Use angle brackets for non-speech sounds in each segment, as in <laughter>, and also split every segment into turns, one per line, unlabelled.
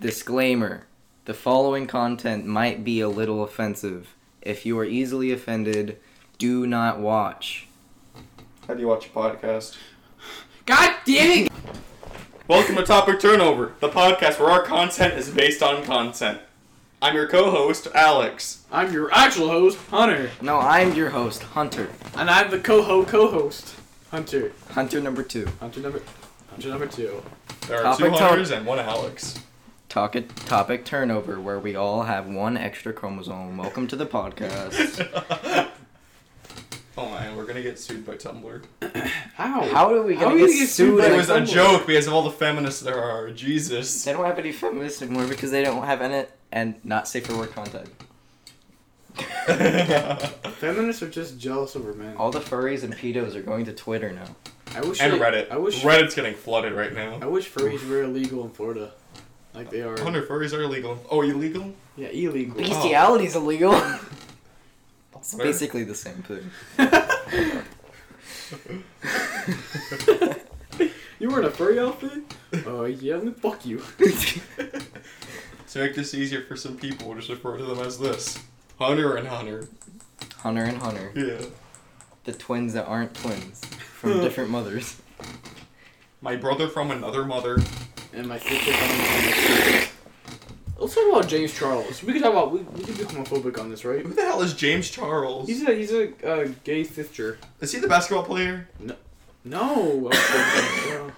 Disclaimer The following content might be a little offensive. If you are easily offended, do not watch.
How do you watch a podcast?
God damn it!
Welcome to Topic Turnover, the podcast where our content is based on content. I'm your co-host, Alex.
I'm your actual host, Hunter,
No, I'm your host, Hunter.
and I'm the coho co-host, Hunter.
Hunter number two.
Hunter number, Hunter number two.
There are
Topic
two
Tur-
Hunters and one Alex. <laughs>
Talk topic turnover, where we all have one extra chromosome. Welcome to the podcast.
<laughs> oh man, we're gonna get sued by Tumblr.
How?
How are we
How
gonna
are we
get
gonna
sued?
get sued by
It
Like
was a
Tumblr?
joke because of all the feminists there are. Jesus. <laughs>
They don't have any feminists anymore because they don't have any and not safe for work content.
and
Feminists are just jealous over men.
All the furries and pedos are going to Twitter now.
I wish. they-
Reddit.
I wish.
Reddit's getting flooded right
I
now.
wish furries were illegal in Florida, like they are.
Hunter furries are illegal. Oh, illegal?
Yeah, illegal.
Bestiality's illegal. it's
Where?
basically the same thing.
<laughs>
<laughs>
You wearing a furry outfit? Oh yeah, then fuck you.
To make this easier for some people, we'll just refer to them as this. Hunter and Hunter.
Hunter and Hunter,
Yeah.
the twins that aren't twins <laughs> from different mothers.
My brother from another mother.
And my sister. coming from the street. Let's talk about James Charles. We can talk about. We, we can be homophobic on this, right?
Who the hell is James Charles?
He's a he's a uh, gay sister.
Is he the basketball player?
No. <laughs> I was-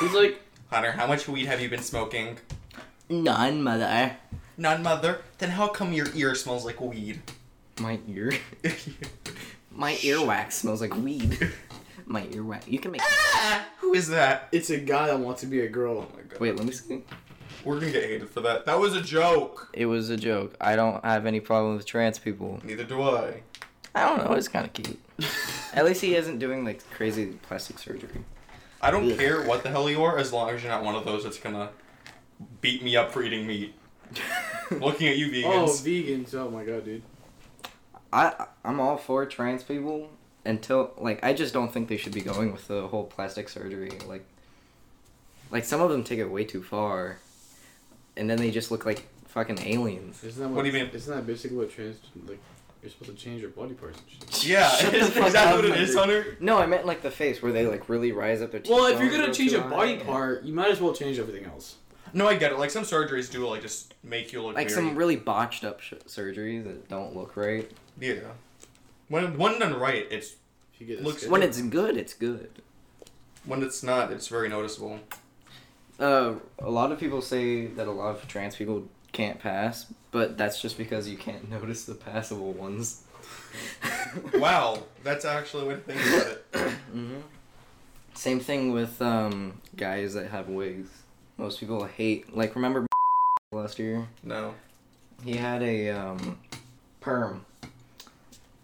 He's like,
Hunter, how much weed have you been smoking?
None, mother.
None, mother. Then how come your ear smells like weed? <laughs>
My ear, my earwax smells like weed. My earwax. You can make.
ah! Who is that?
it's a guy that wants to be a girl. oh,
my god.
Wait, let me see.
We're gonna get hated for that. That was a joke.
It was a joke. I don't have any problem with trans people.
Neither do I.
I don't know. It's kind of cute. <laughs> At least he isn't doing like crazy plastic surgery. <laughs>
I don't
Ugh.
care what the hell you are as long as you're not one of those that's gonna beat me up for eating meat. Looking at you,
Oh,
vegans.
vegans. Oh my god, dude.
I I'm all for trans people until like I just don't think they should be going with the whole plastic surgery like like some of them take it way too far and then they just look like fucking aliens.
Isn't that what,
What do you mean?
Isn't that basically what trans like? You're supposed to change your body parts. and shit.
yeah,
Oh,
<laughs>
Shut the
is
fuck
is
up,
that what it is,
Hunter.
Hunter?
No, I meant like the face where they like really rise up their cheekbones.
Well, if you're gonna
go
change
too
a body
high.
part, you might as well change everything else.
No, I get it. Like some surgeries do, like just make you look
like
very-
some really botched up sh- surgeries that don't look right.
Yeah. When when done right, it's
If you get
Looks-
this
When it's good, it's good.
when it's not, it's very noticeable.
Uh, a lot of people say that a lot of trans people can't pass, but that's just because you can't <laughs> notice the passable ones.
Wow, that's actually a way to think about it.
hmm Same thing with um, guys that have wigs. Most people hate. Like, remember <laughs> last year?
<laughs> No.
He had a um, perm.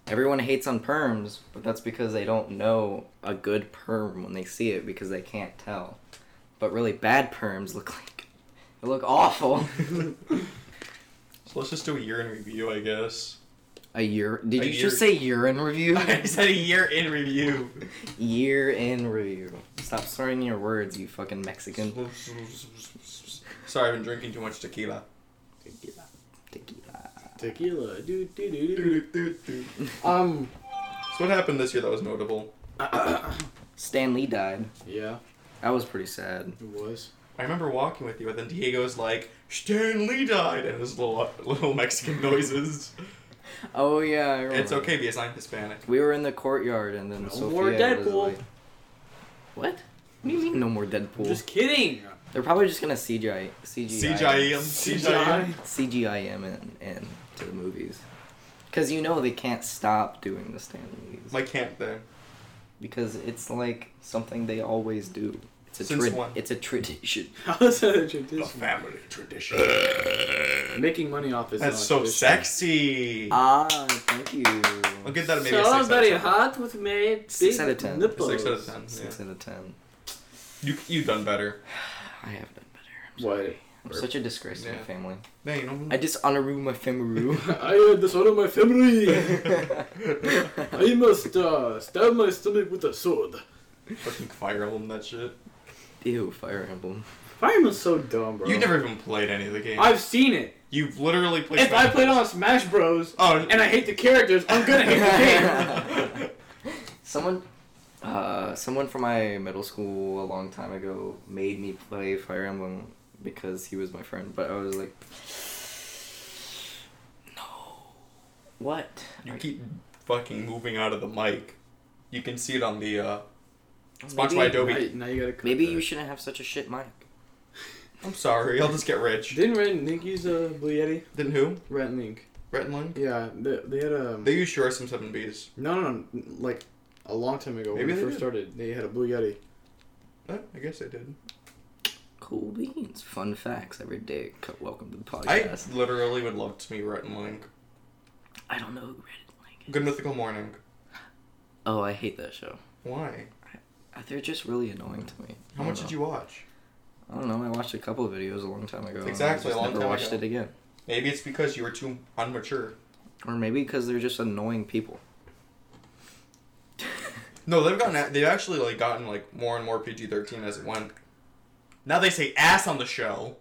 Everyone hates on perms, but that's because they don't know a good perm when they see it because they can't tell. But really bad perms look like they look awful.
So let's just do a year in review, I guess.
A year? Did
A
you
year-
just say year in
<laughs>
review?
I said a year in review.
year in review. Stop slurring your words, you fucking Mexican.
Sorry, I've been drinking too much tequila.
Tequila.
Tequila.
Tequila. Do do do do.
So
Um.
what happened this year that was notable?
Stan Lee died.
Yeah,
That was pretty sad.
it was.
I remember walking with you, and then Diego's like, "Stan Lee died," and his little little Mexican noises.
Oh yeah, I remember.
it's okay because I'm Hispanic.
We were in the courtyard and then
No
Sophia
more
was
Deadpool.
like, What? What <laughs> do you mean no more Deadpool?
Just kidding. <laughs>
They're probably just gonna CGI CGI
CGI him. CGI him.
CGI him in, in to the movies. Cause you know they can't stop doing the Stan Lees.
My camp there.
because it's like something they always do. It's a
Since
trad-
when?
it's a tradition.
<laughs>
How is that a tradition?
family tradition.
Making money off is
That's
not a
so
tradition.
sexy.
Ah, thank you.
I'll give that maybe a six
Uh, Somebody
out of ten.
hot with me.
Six
big
out of ten.
nipples.
Six out of ten. yeah.
Six out of ten.
You you done better.
I have done better.
What?
I'm such a disgrace to my
Yeah.
family.
Yeah, you know.
I dishonor my
<laughs>
family.
<laughs>
<laughs>
I had this out of my family.
I
I must uh, stab my stomach with a sword.
Fucking fire emblem that shit.
Ew, Fire Emblem.
Fireman's so dumb, bro.
You never even played any of the games.
I've seen it.
You've literally played.
If I played on Smash Bros.
Oh,
and I hate the characters,
<laughs>
I'm gonna hate the game.
Someone, uh, someone from my middle school a long time ago made me play Fire Emblem because he was my friend. But I was like, no. What?
you keep fucking moving out of the mic. You can see it on the. uh Sponsored by
Maybe-
Adobe.
Right, now you gotta. cut
Maybe
that.
you shouldn't have such a shit mic.
I'm sorry. I'll just get rich.
Didn't Red and Link use a uh, Blue Yeti?
Then who?
Red and Link.
Brett and Link?
Yeah, they, they had a.
They used your SM7Bs.
no, no, no. Like a long time ago
Maybe
when
they
we first
did.
started, they had a Blue Yeti.
Eh, I guess I did.
Cool beans. Fun facts every day. Co- Welcome to the
Oh,
I
podcast.
literally would love to meet Rhett and Link.
I, don't know who Reddit Link is.
Good Mythical Morning.
Oh, I hate that show.
Why?
Uh, They're just really annoying to me.
How
I don't
much
know.
did you watch?
I don't know. I watched a couple of videos a long time ago. and I
Exactly, a
just
long
never
time
watched
ago.
it again.
Maybe it's because you were too unmature.
Or maybe because they're just annoying people.
No, they've gotten a- they've actually like gotten like more and more PG thirteen as it went. Now they say ass on the show.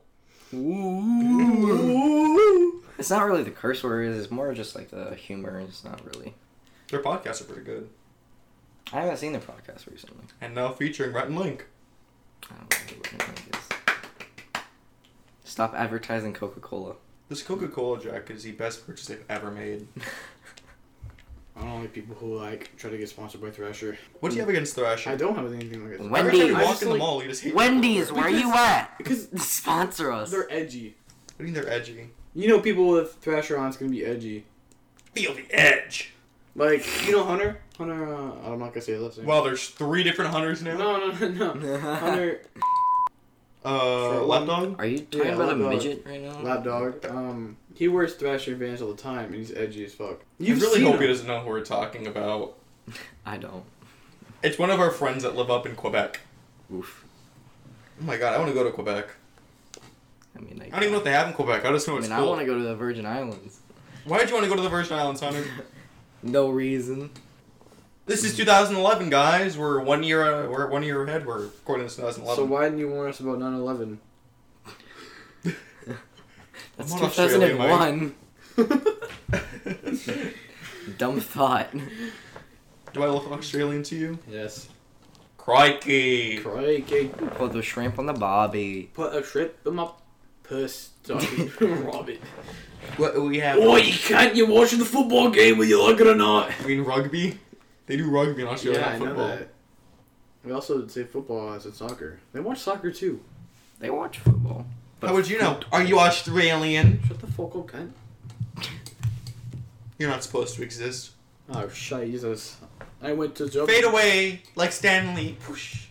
It's not really the curse words. It's more just like the humor. It's not really.
Their podcasts are pretty good.
I haven't seen their podcast recently.
And now featuring Rhett and Link.
I don't know who Reddit Link is. Stop advertising Coca Cola.
This Coca Cola Jack is the best purchase they've ever made.
I don't like people who like try to get sponsored by Thrasher.
What do you have against
I
Thrasher?
don't have anything like that.
When-
Every time
Wendy's.
you walk
I just
in the
like-
mall, you just hate
Wendy's,
Thrasher.
where you at?
Because
Sponsor us.
they're edgy.
I mean, they're edgy.
You know, people with Thrasher on is gonna be edgy.
Feel the edge.
Like you know, Hunter. Hunter. Uh, I'm not gonna say his last name.
Wow, there's three different hunters now.
no, no, no, no. <laughs> Hunter.
Uh,
For
lap
one-
dog.
Are you talking
Yeah,
about a
lap dog.
midget right now?
Lab dog. Um, he wears Thrasher vans all the time, and he's edgy as fuck.
You really hope he
him.
doesn't know who we're talking about.
I don't.
It's one of our friends that live up in Quebec.
Oof.
Oh my god, I want to go to Quebec.
I mean, like,
I don't even know what they have in Quebec. I just know
I
it's
mean, I
cool.
want to go to the Virgin Islands.
Why did you want to go to the Virgin Islands, Hunter?
<laughs> No reason.
this is 2011, guys. We're one year. Uh, we're one year ahead. We're recording this 2011.
So why didn't you warn us about 9/11? <laughs>
That's
I'm not Australian,
2001. Dumb thought.
<laughs>
<laughs>
Do I look Australian to you?
yes.
Crikey!
Crikey.
Put the shrimp on the barbie.
Put a shrimp in my purse,
<laughs>
Robbie. Robin.
What we have?
Oh, you can't. You're watching the football game, whether you like it or not.
I mean rugby. They do rugby in Australia.
yeah,
not
I know
football.
that. We also say football as in soccer. They watch soccer too.
They watch football.
How would you know? Are you Australian?
Shut the fuck up, cunt.
You're not supposed to exist.
Oh, Jesus. I went to jump.
Fade away like Stanley. Whoosh.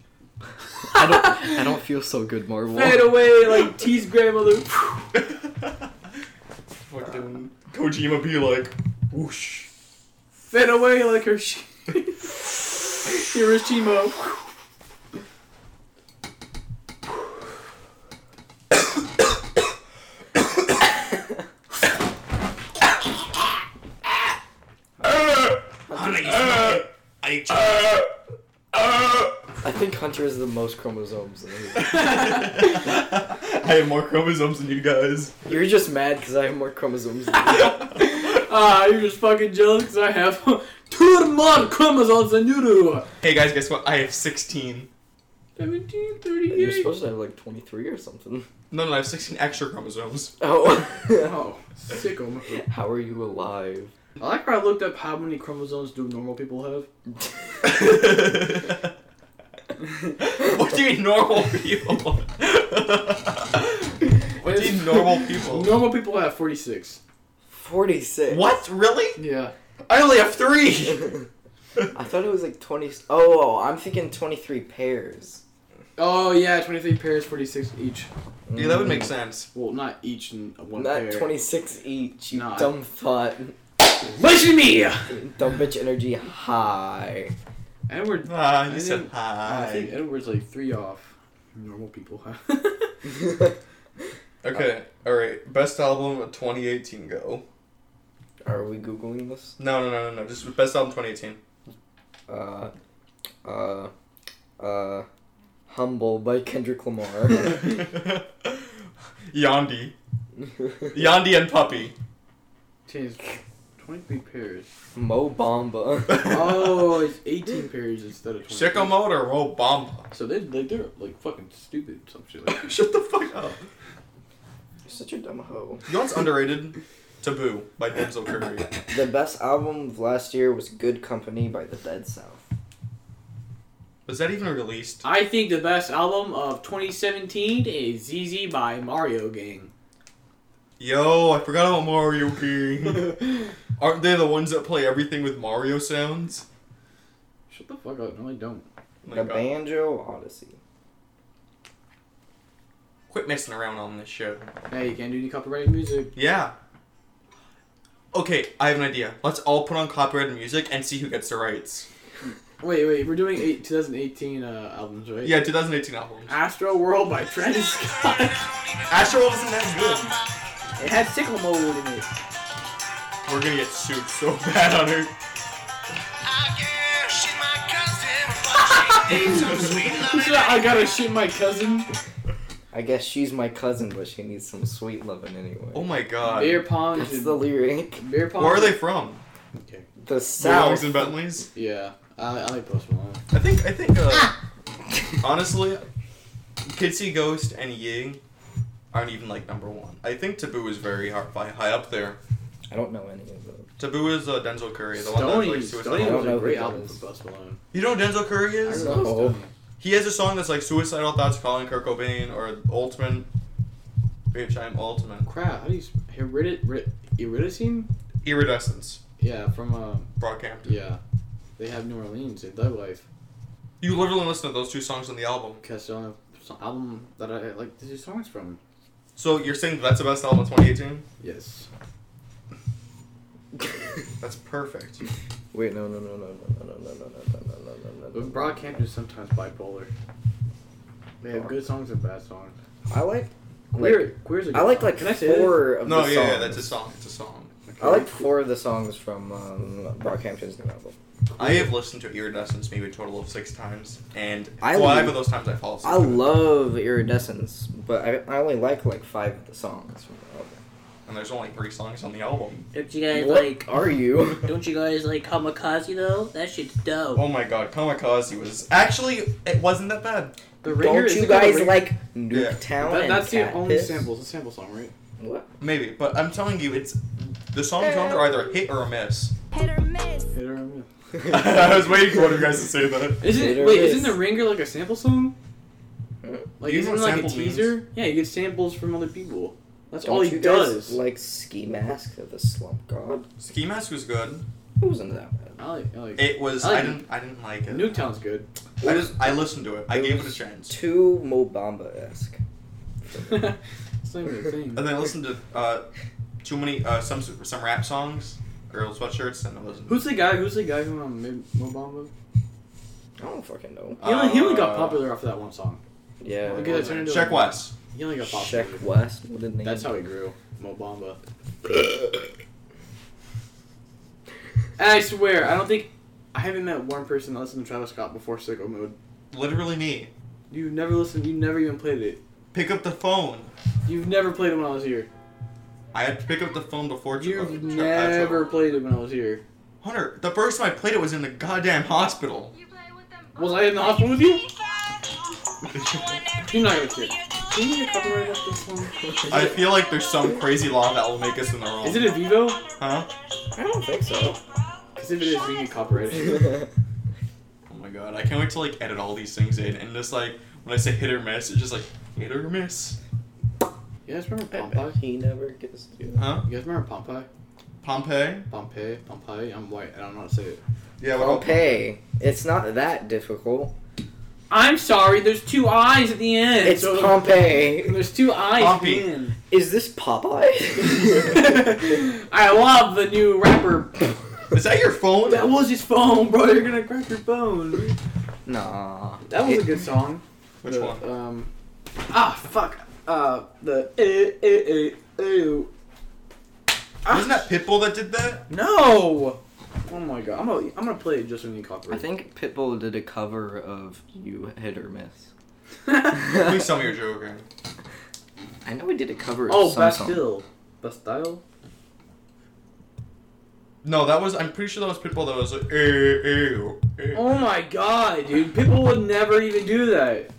I don't. I don't feel so good, Marvel.
Fade away like T's grandmother.
<laughs> Fucking Kojima be like, <laughs> whoosh.
Fade away like her sh- <laughs> Hiroshima.
Honey, I I
I think Hunter has the most chromosomes. than me.
have more chromosomes than you guys.
You're just mad because I have more chromosomes. Than you.
Ah, you're just fucking jealous 'cause I have two more chromosomes than you do.
<laughs> Hey guys, guess what? I have 16.
17,
You're
38.
supposed to have like 23 or something.
No, no, I have 16 extra <laughs> chromosomes.
<laughs> Oh.
Oh, sick 'em.
<laughs> How are you alive?
I like how I looked up how many chromosomes do normal people have.
<laughs> what do you mean normal people? <laughs> what do you mean normal people?
Normal people have 46.
46.
<laughs> What? Really?
Yeah.
I only have <laughs> three!
<laughs> I thought it was like 20. Oh, I'm thinking 23 pairs.
Oh yeah, 23 pairs, 46 each.
Yeah, that would make sense.
Well, not each in one
Not
pair.
26 each. You
Nah.
dumb thought.
Listen to me.
Dumb bitch energy
<laughs>
high.
Edward.
Ah,
I
you said
think- I think
hi.
Edward's like three off. Normal people <laughs> have.
Okay, alright. Best album of 2018 go.
Are we googling this?
No, no, no, no, no. Just best album 2018.
Uh, uh, uh, Humble by Kendrick Lamar.
<laughs> Yandi. Yandi and Puppy.
Change. 23 pairs.
Mo
<laughs>
Bamba.
Oh, it's 18 pairs instead of 23.
Shikomoto or Robamba.
So they, they, they're like fucking stupid. Some shit like
<laughs>
that.
Shut the fuck up.
You're such a dumb hoe.
You know what's underrated? Taboo by Denzel Curry.
The best album of last year was Good Company by the Dead South.
Oh Was that even released?
I think the best album of 2017 is ZZ by Mario Gang.
Yo, I forgot about Mario
<laughs>
King. Aren't they the ones that play everything with Mario sounds? Oh
Shut the fuck up. No, I don't.
My
the
God.
Banjo Odyssey.
Quit messing around on this show.
Hey, you can't do any copyrighted music.
Yeah. Okay, I have an idea. Let's all put on copyrighted music and see who gets the rights.
Wait, wait. We're doing eight, 2018 uh, albums, right?
Yeah, 2018 albums.
Astro World by Travis <laughs> Scott.
Astro World isn't that
It had sickle mode in it.
good. We're gonna get sued so <laughs> bad on her.
I gotta shoot my cousin.
I guess she's my cousin, but she needs some sweet loving anyway.
Oh my god.
Beer pong.
That's the lyric.
beer pong.
Where are they from?
The
Belongs
South.
and Bentleys.
Yeah, I, I like Post Malone.
I think. I think. Uh, honestly, Kids See Ghost and Ying aren't even like number one. I think Taboo is very hard, high, high up there.
I don't know any of those.
Taboo is uh, Denzel Curry, the one
Stoney,
that's like
Stoney
I
suicidal.
don't
was
know
a
who
great
that
album
is.
for Post Malone.
You know who Denzel Curry
I
is?
don't
love
know.
Stoney.
He has a song that's like suicidal thoughts calling Kurt Cobain or Ultimate. Bitch, I'm Ultimate.
Crap, how do you sp- iridit, ri- iridescent?
Iridescence.
Yeah, from uh,
Brockhampton.
yeah, they have New Orleans. They Thug Life.
You literally listen to those two songs on the album.
Because the only so- uh, album that I like the songs from.
So you're saying that's the best album of 2018?
Yes.
That's perfect.
Wait, no, no, no, no, no, no, no, no, no, no, no, no, no, no,
But
no.
Brockhampton is sometimes bipolar. They have good songs and bad songs.
I like.
Queer,
Like,
queer's a good
I like
song.
like
Can I say that?
four of
No,
the
yeah, yeah,
songs.
that's a song. It's a song.
I like four of the songs from um, Brockhampton's new album.
I have listened to Iridescence maybe a total of six times, and
I
five
lo-
of those times I fall asleep.
I love Iridescence, but I, I only like like five of the songs from the album.
and there's only three songs on the album.
Don't you guys
What
like?
are you?
Don't you guys like Kamikaze though? That shit's dope.
Oh my god, Kamikaze was actually it wasn't that bad.
<laughs>
The Ringer
Don't
is
you
a good
guys
Ringer.
like
Yeah.
Nuketown
That-
and
that's the
Cat
only
Piss?
sample. It's a sample song, right?
What?
Maybe, but I'm telling you, it's the songs on it are either a hit or a miss.
Hit or miss.
Hit or miss.
<laughs>
<laughs> I was waiting for one of you guys to say that.
Isn't
Hit or
wait?
miss.
Isn't the Ringer like a sample song?
Hmm?
Like
You
isn't it
know what
like a
sample means?
teaser? Yeah, you get samples from other people. That's
Don't
all he
you guys
does.
like Ski Mask of the Slump God?
Ski Mask was good.
It wasn't that bad.
I like, I like.
It was.
I
I
like-
didn't. I didn't like it.
Newtown's good.
I just. I listened to it. I
It
gave it a
was
chance.
Too Mobamba esque.
<laughs> Same thing.
And then I listened to uh, too many uh, some some rap songs, girl sweatshirts, and I listened.
Who's the guy? Who's the guy who um, made Mobamba?
I don't fucking know.
He only, he only got
Uh,
popular off that one song.
Yeah.
Okay, that turned into
Check
a-
West.
He only got popular.
Check West. What did <laughs>
That's how he grew. Mobamba. <laughs> And I swear, I don't think I haven't met one person that listened to Travis Scott before Sicko Mode.
Literally me.
You never listened. You never even played it.
Pick up the phone.
You've never played it when I was here.
I had to pick up the phone before. Ch- uh,
You've
Ch- uh, Ch-
never played it when I was here.
Hunter, the first time I played it was in the goddamn hospital.
Was I in the hospital with you? You're not gonna care. Can you get a copyright off this
<laughs>
one?
I feel like there's some crazy law that will make us in the wrong.
Is it a Vivo?
Huh?
I don't think <laughs> so.
Because if it is, we can
<laughs>
get copyrighted.
Oh my god, I can't wait to like edit all these things in and just like when I say hit or miss, it's just like hit or miss.
You guys remember
I bet
Pompeii?
he never gets to do that.
Huh?
You guys remember Pompeii?
Pompeii?
Pompeii? Pompeii? I'm white. I don't know how to say it.
Yeah,
Pompeii. It's not that difficult.
I'm sorry, there's two eyes at the end.
It's
So-
Pompeii.
There's two eyes
Pompey.
at the end. <laughs>
Is this Popeye? <laughs>
I love the new rapper. Oh,
Is that your phone?
That was his phone, bro. You're gonna crack your phone.
nah.
That was a
It-
good song.
Which
The,
one?
Um, ah, fuck. Uh, the eh, eh, eh, ew. Ah,
Wasn't that Pitbull that did that?
No. Oh my god. I'm gonna I'm gonna play it just when you copyright.
I think Pitbull did a cover of "You Hit or Miss."
Please tell me you're joking.
I know we did a cover of
<laughs> oh,
some song.
Bastille. Bastille?
No, that was. I'm pretty sure that was Pitbull that was like, ew, ew,
Oh my god, dude. People would never even do that.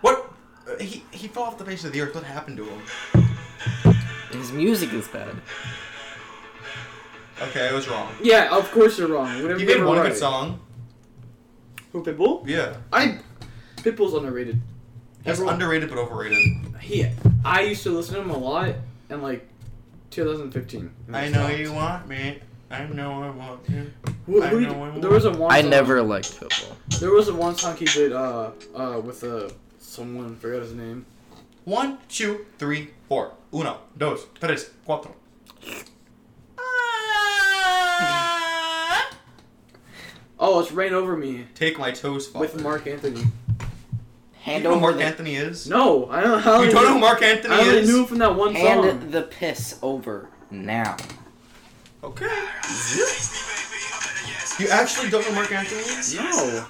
What? Uh, He, he fell off the face of the earth. What happened to him?
His music is bad.
Okay, I was wrong.
Yeah, of course you're wrong. Whatever
He made
you're
one
right.
good song.
Who, Pitbull?
Yeah.
I. Pitbull's underrated.
He's
Everyone-
underrated but overrated.
He. I used to listen to him a lot in like 2015.
I know you want me. I know I want you.
Who,
I
who did-
know him.
there was a one.
I
song-
never liked football.
There was a one song he did uh uh with uh someone forgot his name.
One, two, three, four. Uno, dos, tres, cuatro.
Oh, it's Rain Over Me
Take my toes, father.
with Mark Anthony.
You
Hand
know who
over
Mark
the,
Anthony is?
No, I don't. I
You
only
don't know
knew-
who Mark Anthony
I only
is?
knew him from that one song.
hand the piss over now.
Okay. You actually don't know Mark Anthony?
No,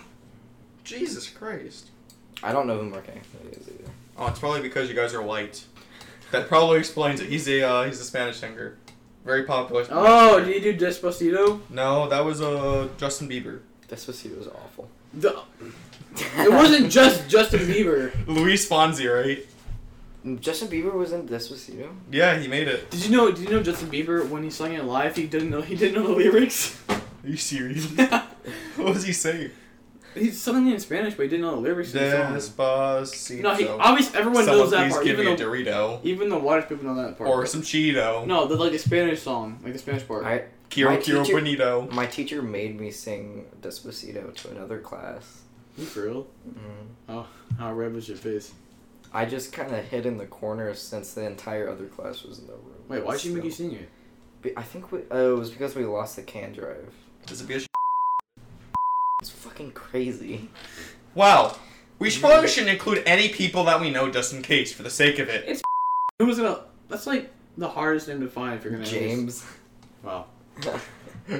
Jesus Christ.
I don't know who Mark Anthony is either.
Oh, it's probably because you guys are white. That probably explains it. He's a uh, he's a Spanish singer, very popular. Spanish
Oh,
singer.
did you do Despacito?
no, that was uh Justin Bieber.
Despacito was awful.
The, it wasn't just Justin Bieber.
Luis Fonsi, right?
Justin Bieber was in Despacito.
Yeah, he made it.
Did you know? Did you know Justin Bieber when he sang it live? He didn't know. He didn't know the lyrics. <laughs>
Are you serious? <laughs> what was he saying?
he sung it in Spanish, but he didn't know the lyrics. to the song.
Despacito.
No, he obviously everyone
Someone
knows that
please
part.
give
Even
me a
though,
Dorito
even the whitest people know that part.
or some Cheeto.
no, the like the Spanish song, like the Spanish part.
I
Kiro
My
Kiro
teacher-
Bonito.
my teacher made me sing Despacito to another class.
You for real?
Mm.
How red was your face?
I just kind of hid in the corner since the entire other class was in the room.
Wait, why'd you make you
So-
sing it?
Be- I think we. Oh, it was because we lost the can drive.
Does it be a sh-
It's fucking crazy.
wow. We should probably shouldn't include any people that we know just in case, for the sake of it.
Who was gonna? That's like the hardest name to find if you're gonna. <laughs>
James.
Wow. Oh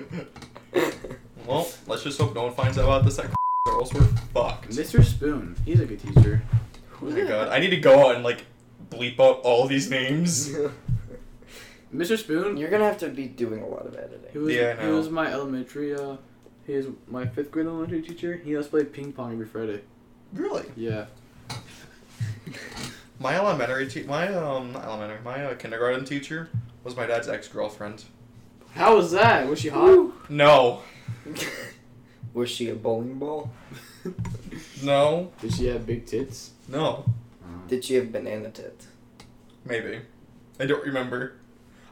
Well, let's just hope no one finds out about <laughs> this at or else we're fucked.
Mr. Spoon, he's a good teacher.
Oh my god, I need to go out and like bleep out all these names.
Mr.
<laughs>
Spoon,
You're gonna have to be doing a lot of editing.
He was,
Yeah, I
he
know.
was my elementary, uh, he was my fifth grade elementary teacher. He let us play ping pong every Friday.
Really?
Yeah.
My elementary, te- my um, not elementary, my uh, kindergarten teacher was my dad's ex girlfriend.
How was that? Was she hot?
Woo.
No,
<laughs> was she a bowling
<laughs>
ball?
no,
Did she have big tits?
no.
Did she have banana tits?
Maybe, I don't remember.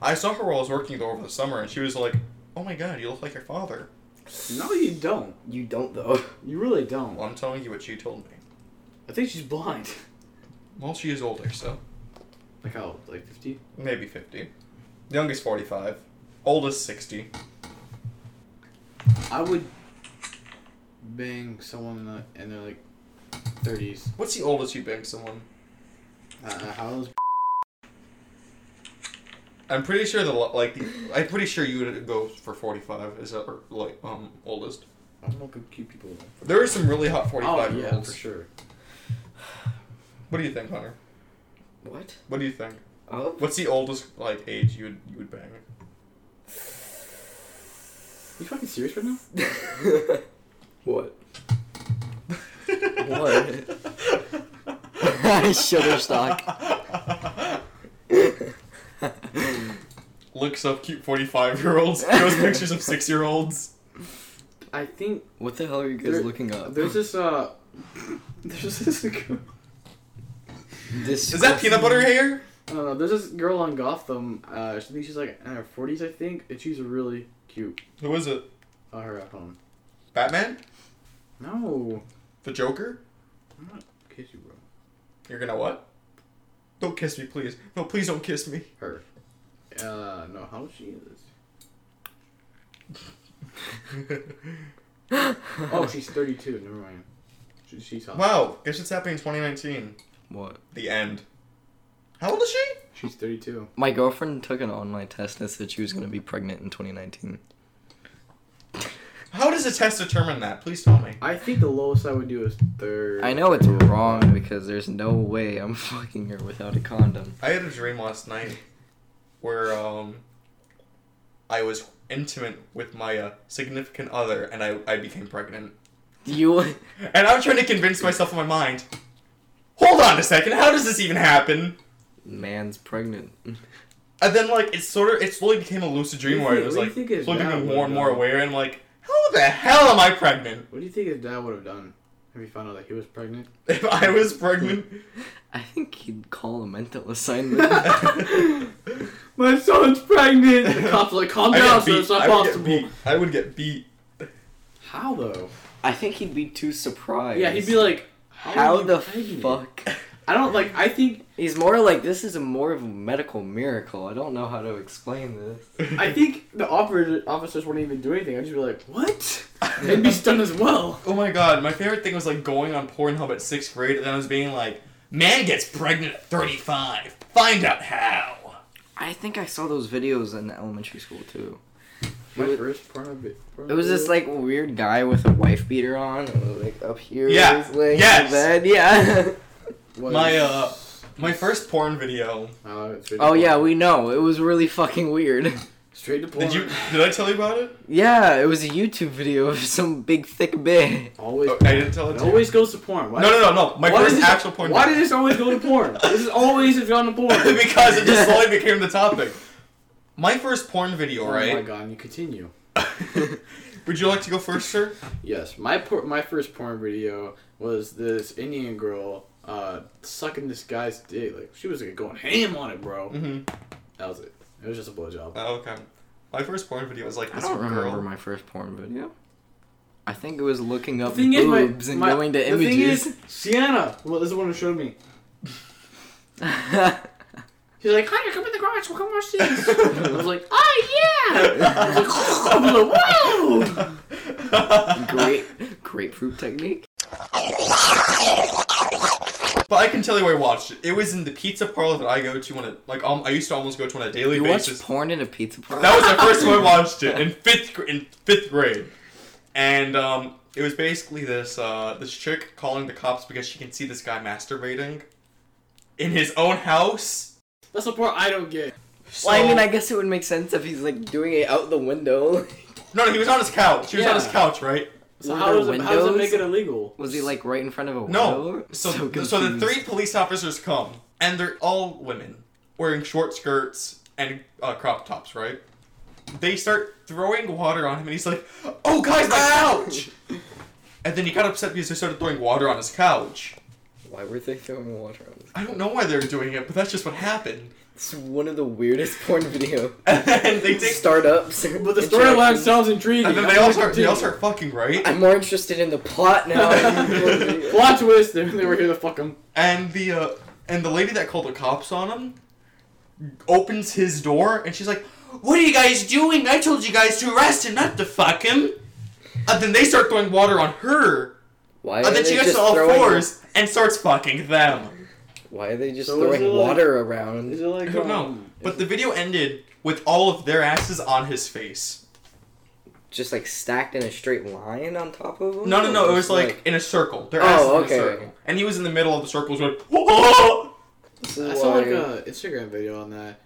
I saw her while I was working though over the summer, and she was like, "Oh my god, you look like your father."
No, you don't.
You don't though. <laughs>
You really don't.
Well, I'm telling you what she told me.
I think she's blind.
Well, she is older, so
<laughs> Like how? old? Like 50?
maybe fifty. Youngest forty-five, oldest sixty.
I would bang someone in, the, in their like 30s.
What's the oldest you banged someone?
Uh, how old is <laughs>
I'm pretty sure the lo- like the, I'm pretty sure you would go for 45 is that or, like um oldest.
I don't know good cute people.
There are some really hot
Oh
45 year
yeah,
olds.
for sure.
What do you think, Hunter?
What?
What do you think?
Oh. <laughs>
What's the oldest like age you would you would bang?
You fucking serious right now?
what? Shutterstock.
Looks up cute 45 year olds. Shows pictures of six year olds.
I think
what the hell are you guys
There-
looking up?
there's this uh, <laughs> there's this <laughs> girl.
<laughs> This
Is that peanut butter hair?
I don't know. There's this girl on Gotham. Uh, I think she's like in her 40s, I think, and she's really cute.
Who is it?
Uh, her at home.
Batman?
No,
The Joker?
I'm not kiss you, bro.
You're gonna what? Don't kiss me, please. No, please don't kiss me. <laughs>
Her. Uh, no, how old she is?
<laughs>
Oh, she's 32. Never mind. She, she's hot.
wow, guess what's happening in 2019?
What?
The end. How old is she?
She's 32.
My girlfriend took an online test and said she was gonna be pregnant in 2019.
How does does the test determine that? Please tell me.
I think the lowest I would do is third.
I know it's wrong because there's no way I'm <laughs> fucking her without a condom.
I had a dream last night where um I was intimate with my uh, significant other and I, I became pregnant.
You
And I'm trying to convince myself in my mind. Hold on a second, how does this even happen?
man's pregnant.
And then like it sort of it slowly became a lucid dream
What
where
do
I
you
was like
think- what do you think is
slowly
now,
becoming more and
though?
more aware and like, how the hell am I pregnant? <laughs>
What do you think his dad would have done if he found out that he was pregnant?
If I was pregnant <laughs>
I think he'd call a mental
<laughs>
assignment.
My son's pregnant. The cops are like,
<laughs>
calm
I get
down, so
beat.
it's not
I would get
possible.
beat. I would get beat.
How though?
I think he'd be too surprised.
Yeah, he'd be like, how,
"How
are you
the
pregnant?
fuck?"
I don't like. I think
He's more like, "This is a more of a medical miracle. I don't know how to explain this."
<laughs>
I think the operator, officers wouldn't even do anything. I'd just be like, what? <laughs> They'd be stunned as well.
Oh my god, my favorite thing was like going on Pornhub at sixth grade and I was being like, man gets pregnant at 35. Find out how.
I think I saw those videos in elementary school too.
My
It was-
first part of it.
It was this like weird guy with a wife beater on, it was, like up here,
Yeah.
his leg,
Yes.
bed, yeah. <laughs>
Was-
My uh my first porn video.
Oh, it's straight to
oh yeah,
porn.
we know. It was really fucking weird. <laughs>
straight to porn.
Did you did I tell you about it?
Yeah, it was a YouTube video of some big thick bitch.
always?
Oh, I didn't tell it
It
to you.
always goes to porn. Why
No no no no. My
why
first
does this-
actual porn
Why did
video. <laughs>
this always go to porn? this is always has gone to porn.
because it
<laughs>
just slowly became the topic. My first porn video,
Oh my
right?
god! You continue.
<laughs> Would you like to go first, sir?
Yes, my por- my first porn video was this Indian girl uh, sucking this guy's dick. Like she was like going ham on it, bro.
Mm-hmm.
That was it. It was just a blowjob.
Oh, okay. My first porn video was like
I
this
don't
girl.
remember my first porn video. I think it was looking up
The thing is, my,
boobs and
my-
going to
the
images.
thing is, Sienna. Well, this is the one who showed me. She's like, "Hi, come in the garage. We'll come watch this." <laughs> I was like, "Oh <laughs> yeah!" I was like, I was like, "Wow!"
<laughs>
<laughs>
<laughs>
Great grapefruit technique.
But I can tell you where I watched it. It was in the pizza parlor that I go to on a like um, I used to almost go to on a daily
You watch
basis.
porn in a pizza parlor.
that was the
<laughs>
first time I watched it in fifth gr- in fifth grade, and um, it was basically this uh, this chick calling the cops because she can see this guy masturbating in his own house.
That's the part I don't get.
Well, I mean,
So-
I guess it would make sense if he's like doing it out the window. <laughs>
no, no, he was on his couch. He was on his
Yeah.
couch, right?
So
Were
how
there
does, it, how does it
windows?
make it illegal?
Was he like right in front of a
No.
window?
So so, the
confused.
three police officers come, and they're all women wearing short skirts and uh, crop tops, right? They start throwing water on him, and he's like, "Oh, guys, my couch!" and then he got upset because they started throwing water on his couch.
Why were they throwing water on this?
I don't know why they were doing it, but that's just what happened. <laughs>
It's one of the weirdest <laughs> porn video
And then they take, <laughs>
startups.
But the storyline
interactions.
sounds intriguing.
and then
<laughs>
they all start, they all start fucking, right?
I'm more interested in the plot
<laughs>
now.
Plot twist. They, they were here to fuck him.
And the uh, and the lady that called the cops on him opens his door and she's like, "What are you guys doing? I told you guys to arrest him, not to fuck him." And then they start throwing water on her,
Why are
and then
they
she gets
just
to all
throwing?
fours and starts fucking them.
Why are they just
So is it
throwing
like-
water
Is
around?
it like
I don't know,
um,
but the video ended with all of their asses on his face.
Just like stacked in a straight line on top of them?
No, no, no. It
Or
was
just,
like in a circle. Their
Oh,
asses
okay.
in a circle, and he was in the middle of the circle. Was like, <laughs> "Whoa!"
this
I
is
saw like
why-
a Instagram video on that,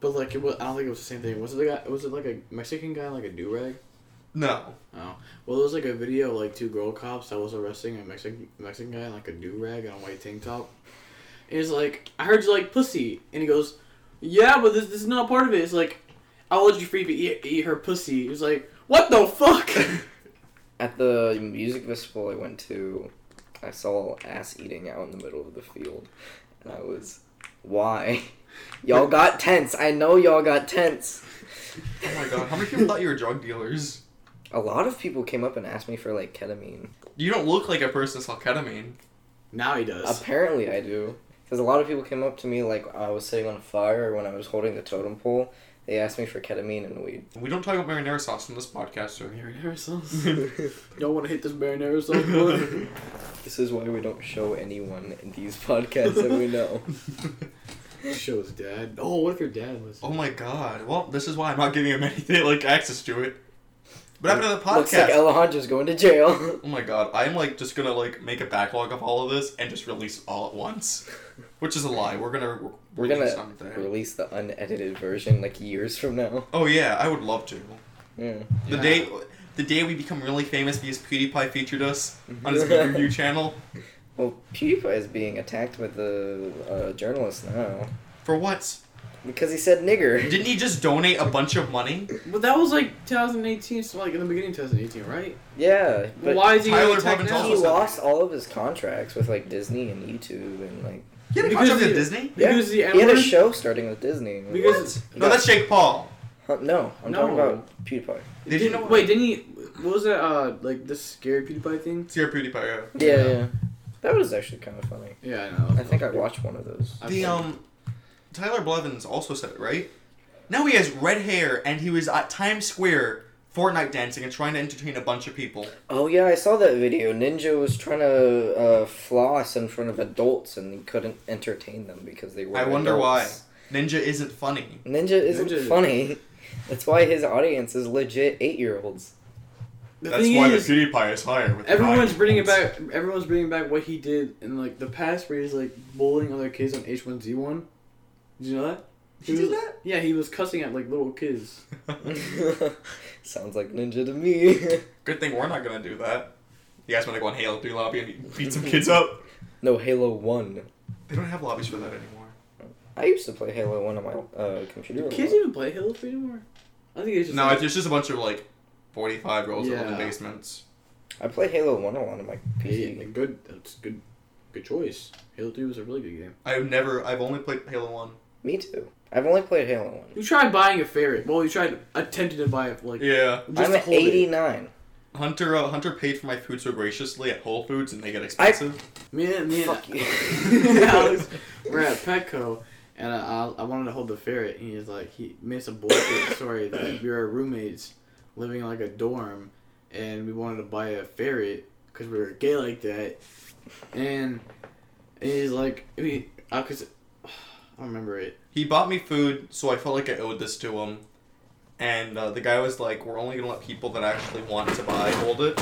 but like it was, I don't think it was the same thing. Was it the guy? Was it like a Mexican guy in, like a do rag?
No.
Oh, well, it was like a video of like two girl cops that was arresting a Mexican Mexican guy in like a do rag and a white tank top. And he's like, "I heard you like pussy," and he goes, "Yeah, but this, this is not part of it." It's like, "I'll let you free, but eat, eat her pussy." He's like, "What the <laughs> fuck?"
At the music festival I went to, I saw ass eating out in the middle of the field. And I was, why? <laughs> Y'all got tense. I know y'all got tense.
Oh my god! How many people thought you were drug dealers?
A lot of people came up and asked me for like ketamine.
You don't look like a person that saw ketamine.
now he does.
Apparently, I do. Because a lot of people came up to me like I was sitting on fire when I was holding the totem pole. They asked me for ketamine and weed.
We don't talk about marinara sauce in this podcast, sir. <laughs>
Marinara sauce. <laughs> Y'all want to hit this marinara <laughs> sauce? boy?
This is why we don't show anyone in these podcasts that we know.
Show his dad. Oh, what if your dad was?
oh my god. Well, this is why I'm not giving him anything like access to it. What happened to the podcast?
Looks like Alejandro's going to jail. <laughs>
Oh my god, I'm like just gonna like make a backlog of all of this and just release it all at once, which is a lie. We're gonna re-
We're
release
gonna
something.
release the unedited version like years from now.
Oh yeah, I would love to.
Yeah.
The
Yeah.
day, the day we become really famous because PewDiePie featured us
Mm-hmm.
on
<laughs>
his good review channel.
Well, PewDiePie is being attacked with the uh, journalist now
For what?
because he said nigger.
Didn't he just donate a bunch of money?
But that was like 2018, so like in the beginning of 2018, right?
Yeah, but
Why is he
Tyler
getting attacked
Bubbins
now?
he
also said-
lost all of his contracts with like Disney and YouTube and like
Yeah,
Because
because of
he-
Disney.
Because
yeah.
the
he had a
N-word?
show starting with Disney.
Because-
No, that's Jake Paul.
Huh, no, I'm talking
No.
about PewDiePie.
Did you know?
Wait, didn't he? What was that? Uh, like this scary PewDiePie thing?
it's your PewDiePie. Yeah.
Yeah, yeah. That was actually kind of funny.
Yeah, I know.
I think I watched one of those.
I
The
think-
um, Tyler Blevins also said it right. Now he has red hair and he was at Times Square Fortnite dancing and trying to entertain a bunch of people.
Oh yeah, I saw that video. Ninja was trying to uh, floss in front of adults and he couldn't entertain them because they were.
I wonder why.
adults.
Ninja isn't funny.
Ninja isn't
Ninja-
funny. <laughs> That's why his audience is legit eight year olds.
The thing is,
PewDiePie is higher. With
everyone's bringing back. Everyone's bringing back what he did in like the past, where he's like bullying other kids on H1Z1. Did you know that?
He did
was-
that?
Yeah, he was cussing at like little kids.
<laughs> Sounds like Ninja to me.
<laughs>
<laughs>
Good thing we're not gonna do that. You guys want to go on Halo 3 lobby and beat some kids up?
no, Halo 1.
They don't have lobbies for that anymore.
I used to play Halo 1 on my uh, computer. a
Kids
lot.
even play Halo Three anymore? I think it's just
No,
like,
it's there's just a bunch of like 45 year olds that live in
Yeah.
basements.
I play Halo 1 a lot on my
hey,
PC.
good. That's good. Good choice. Halo Three was a really good game.
I've never, I've only played Halo 1.
Me too. I've only played Halo 1.
You tried buying a ferret. Well, you tried attempting to buy it. Like
Yeah.
just
I'm
to
at
hold it.
89.
Hunter uh, Hunter paid for my food so graciously at Whole Foods and they get
I-
expensive.
Me and me
<laughs>
and
Fuck you.
Alex, we're at Petco, and I, I, I wanted to hold the ferret, and he's like, he made some bullshit <coughs>
<coughs>
story that we were roommates living in like a dorm, and we wanted to buy a ferret because we were gay like that, and, and he's like, I mean, I, cause, <sighs> I don't remember it.
He bought me food so I felt like I owed this to him. And uh, the guy was like, we're only gonna let people that actually want to buy hold it.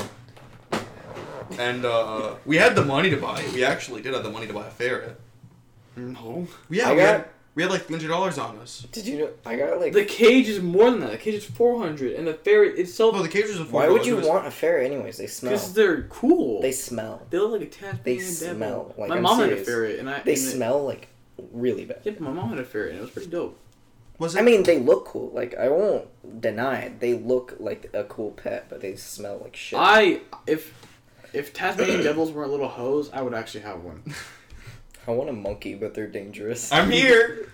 And uh, we had the money to buy it. We actually did have the money to buy a ferret.
No.
Yeah,
I
we,
got-
had, we had like $300 on us.
Did you know? I got like.
The cage is more than that. The cage is four hundred, and the ferret itself,
No, the cage was a
Why would
$4.
you
It was-
want a ferret anyways? They smell.
because they're cool.
They smell.
they look like a Tasmanian
They
devil.
smell. Like
my
I'm
mom had a
serious.
ferret, and I
They
and it-
smell like really bad.
Yeah, but my mom had a ferret, and it was pretty dope.
Was it?
I mean, they look cool. Like I won't deny it. They look like a cool pet, but they smell like shit.
I if if Tasmanian <clears throat> devils weren't little hoes, I would actually have one.
I want a monkey, but they're dangerous.
<laughs> I'm here.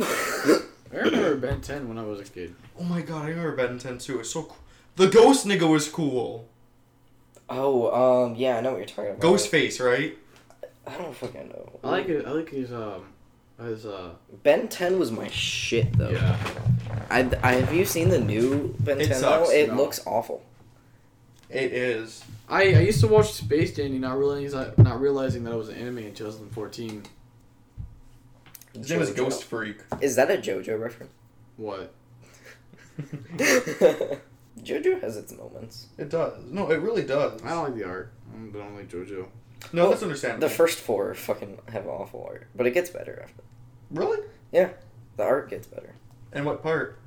I remember Ben Ten when I was a kid.
Oh my god, I remember Ben 10 too. It's so cool. The ghost nigga was cool.
<laughs> oh, um, yeah, I know what you're talking about.
Ghostface, right?
I don't fucking know.
I like it. I like his um his uh
Ben 10 was my shit though.
yeah.
I, I have you seen the new Ben
It
10
sucks,
though? It
no.
looks awful.
It is.
I, I used to watch Space Dandy, not realizing not realizing that it was an anime in 2014.
His name is
JoJo.
Ghost Freak. <laughs>
Is that a JoJo reference? <laughs>
What?
JoJo has its moments.
It does. No, it really does.
I don't like the art. I don't like JoJo.
No,
Well,
that's understandable.
The first four fucking have awful art, but it gets better after.
Really?
The art gets better.
And what part?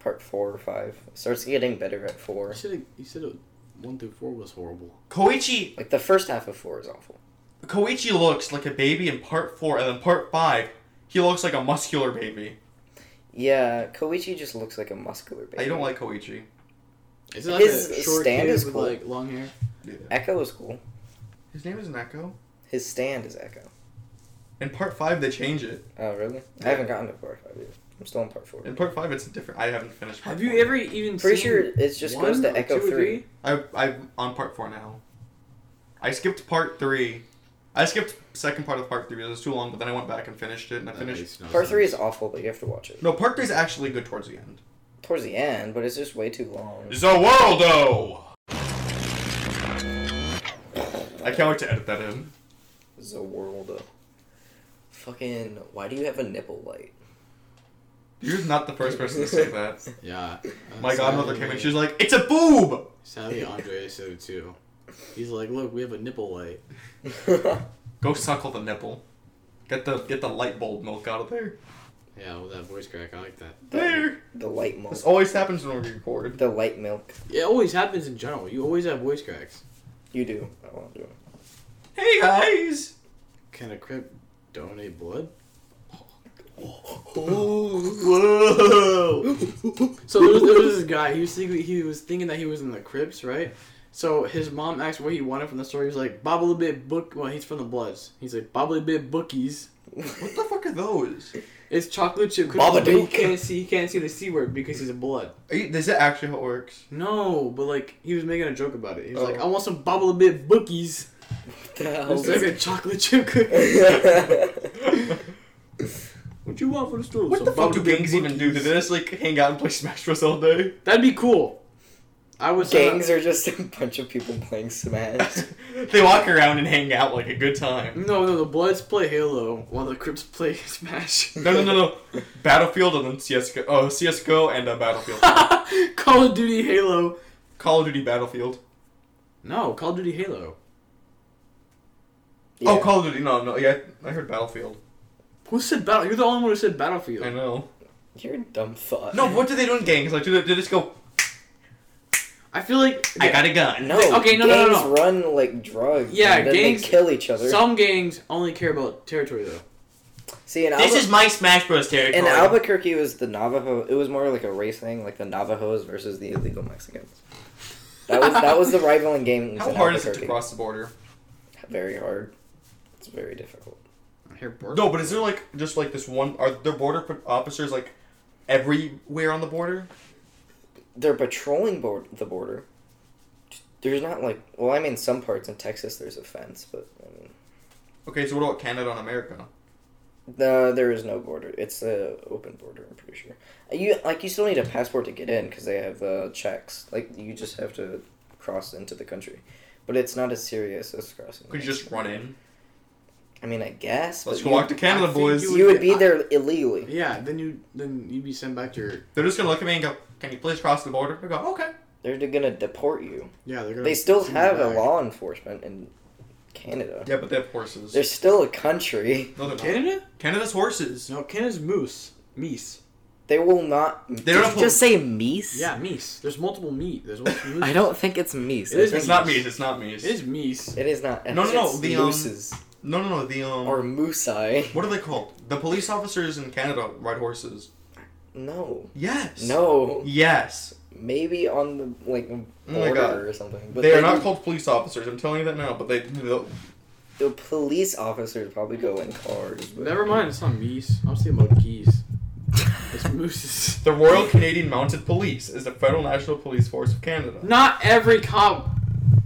Part four or five starts getting better at
You
four.
said it, you said it, one through four was horrible.
Koichi
Like the first half of four is awful.
Koichi looks like a baby in part four, and then part five, he looks like a muscular baby.
Yeah, Koichi just looks like a muscular baby.
I don't like Koichi.
Is it like
His
a short
stand
kid
is
with
cool.
like long hair?
Echo is cool.
His name is Neko.
His stand is Echo.
In part five, they change it.
Oh really? I haven't gotten to part five yet. I'm still on part four.
In part five, it's different. I haven't finished. Part
Have you
four.
ever even
Pretty
seen
sure it just
one
goes to
or
Echo
two or
three.
I I'm on part four now. I skipped part three. I skipped second part of part three. It was too long, but then I went back and finished it, and I
That
finished.
makes no
Part three
sense.
is awful, but you have to watch it
No, part three is actually good towards the end.
towards the end. But it's just way too long.
Zawaldo. I can't wait to edit that in. <laughs>
It's a world of fucking. Why do you have a nipple light?
You're not the first person to say that.
Yeah.
My
Uh,
godmother
Savvy-
came in. She's like, "It's a boob."
Savvy <laughs> Andre said too. He's like, look, we have a nipple light.
Go suckle the nipple. Get the get the light bulb milk out of there.
Yeah, with that voice crack, I like that.
There.
the light milk.
This always happens when we record.
The light milk.
It always happens in general. You always have voice cracks.
You do. I won't do it.
Hey guys.
Can a crip donate <laughs> blood?
Whoa.
So there was, there was this guy. He was thinking, he was thinking that he was in the Crips, right? So his mom asked what he wanted from the store. He was like, "Bobble a bit book." Well, he's from the Bloods. He's like, "Bobble a bit bookies."
What the fuck are those?
It's chocolate chip cookies.
Baba
but he
Duke.
can't see. He can't see the c word because he's a blood.
Are you, is it actually how it <laughs> works?
No, but like he was making a joke about it. He was like,
Oh.
"I want some bobble a bit bookies."
What <laughs> the hell?
It's like a chocolate
<laughs>
chip cookie.
is-
what you want from the store?
What
Some
the fuck
Baba
do
Duke
gangs even do? Do
bookies.
they just like hang out and play Smash Bros all day? <laughs>
That'd be cool. I would say
Gangs are just <laughs> a bunch of people playing
<laughs> Oh,
Smash.
they walk around and hang out like a good time.
No, no, the Bloods play Halo while the Crips play <laughs> Smash.
<laughs> No, no, no, no. Battlefield and then CS:GO. Oh, CS:GO and uh, Battlefield. <laughs>
Call of Duty Halo.
Call of Duty Battlefield.
No, Call of Duty Halo.
Yeah.
Oh, Call of Duty. No, no. Yeah, I heard Battlefield.
Who said Battle? You're the only one who said Battlefield.
I know.
You're a dumb fuck.
No, what do they do in gangs? Like, do they, do they just go?
I feel like
I got a gun.
No.
Okay, no, no, no,
gangs
no.
run like drugs.
Yeah,
and then
gangs-
They kill each other.
some gangs only care about territory though.
See, in,
This
Albu-
is my Smash Bros territory.
in Albuquerque, it was the Navajo. It was more like a race thing, like the Navajos versus the illegal Mexicans. That was that
<laughs>
was the rivaling game.
How
in
hard is it
Albuquerque.
to cross the border?
Very hard. It's very difficult.
I hear Border.
No, but is there like just like this one? Are there border p- officers like everywhere on the border?
They're patrolling board the border. There's not like well, I mean, some parts in Texas there's a fence, but I mean,
Okay, so what about Canada and America?
no, there is no border. It's a open border. I'm pretty sure. You like you still need a passport to get in because they have uh, checks. Like you just have to cross into the country, but it's not as serious as crossing.
Could you just run in?
I mean, I guess.
Let's
but
go
you-
walk to
I
Canada,
think
boys.
You would be there illegally.
Yeah, then you then you'd be sent back to your.
They're just gonna look at me and go, "Can you please cross the border?" I go, "Okay."
They're gonna deport you.
Yeah, they're gonna.
They still
send you
have a
back.
law enforcement in Canada.
Yeah, but they have horses.
There's still a country.
no, they're not.
Canada?
Canada's horses.
No, Canada's moose. Meese.
They will not. Did
don't
you
have-
just say meese?
Yeah, meese. There's multiple meat. There's multiple. moose.
I don't think it's meese.
It is
I think
It's not me. It's not me.
It is meese.
It is not.
No, no, no,
It's
the, um,
mooses
No, no, no. The um,
or moosei.
what are they called? The police officers in Canada ride horses.
No,
Yes.
no.
Yes.
Maybe on the like
Oh my
border
God.
or something. But
they are
they
not
do-
called police officers. I'm telling you that now. But they, they'll-
The police officers probably go in cars. But...
Never mind. It's not meese. I'm saying about geese. It's mooses.
the Royal Canadian Mounted Police is the federal national police force of Canada.
Not every cop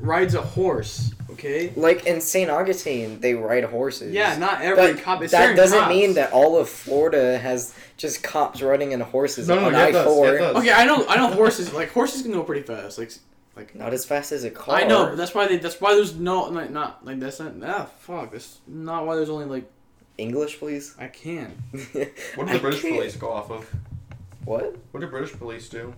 rides a horse. Okay.
<laughs> Like in St. Augustine, they ride horses.
Yeah, not every
But
cop. It's
that
certain
doesn't
cops.
mean that all of Florida has just cops running in horses
No, no,
on
yeah, it
I
does,
four.
it does.
Okay, I know. I know horses. Like horses can go pretty fast. Like, like
Not as fast as a car.
I know. But that's why they. That's why there's no. Like, not like that's not. Ah, fuck. That's not why there's only like.
English,
<laughs>
please.
I can.
What
what
do the British police go off of?
What?
What do British police do?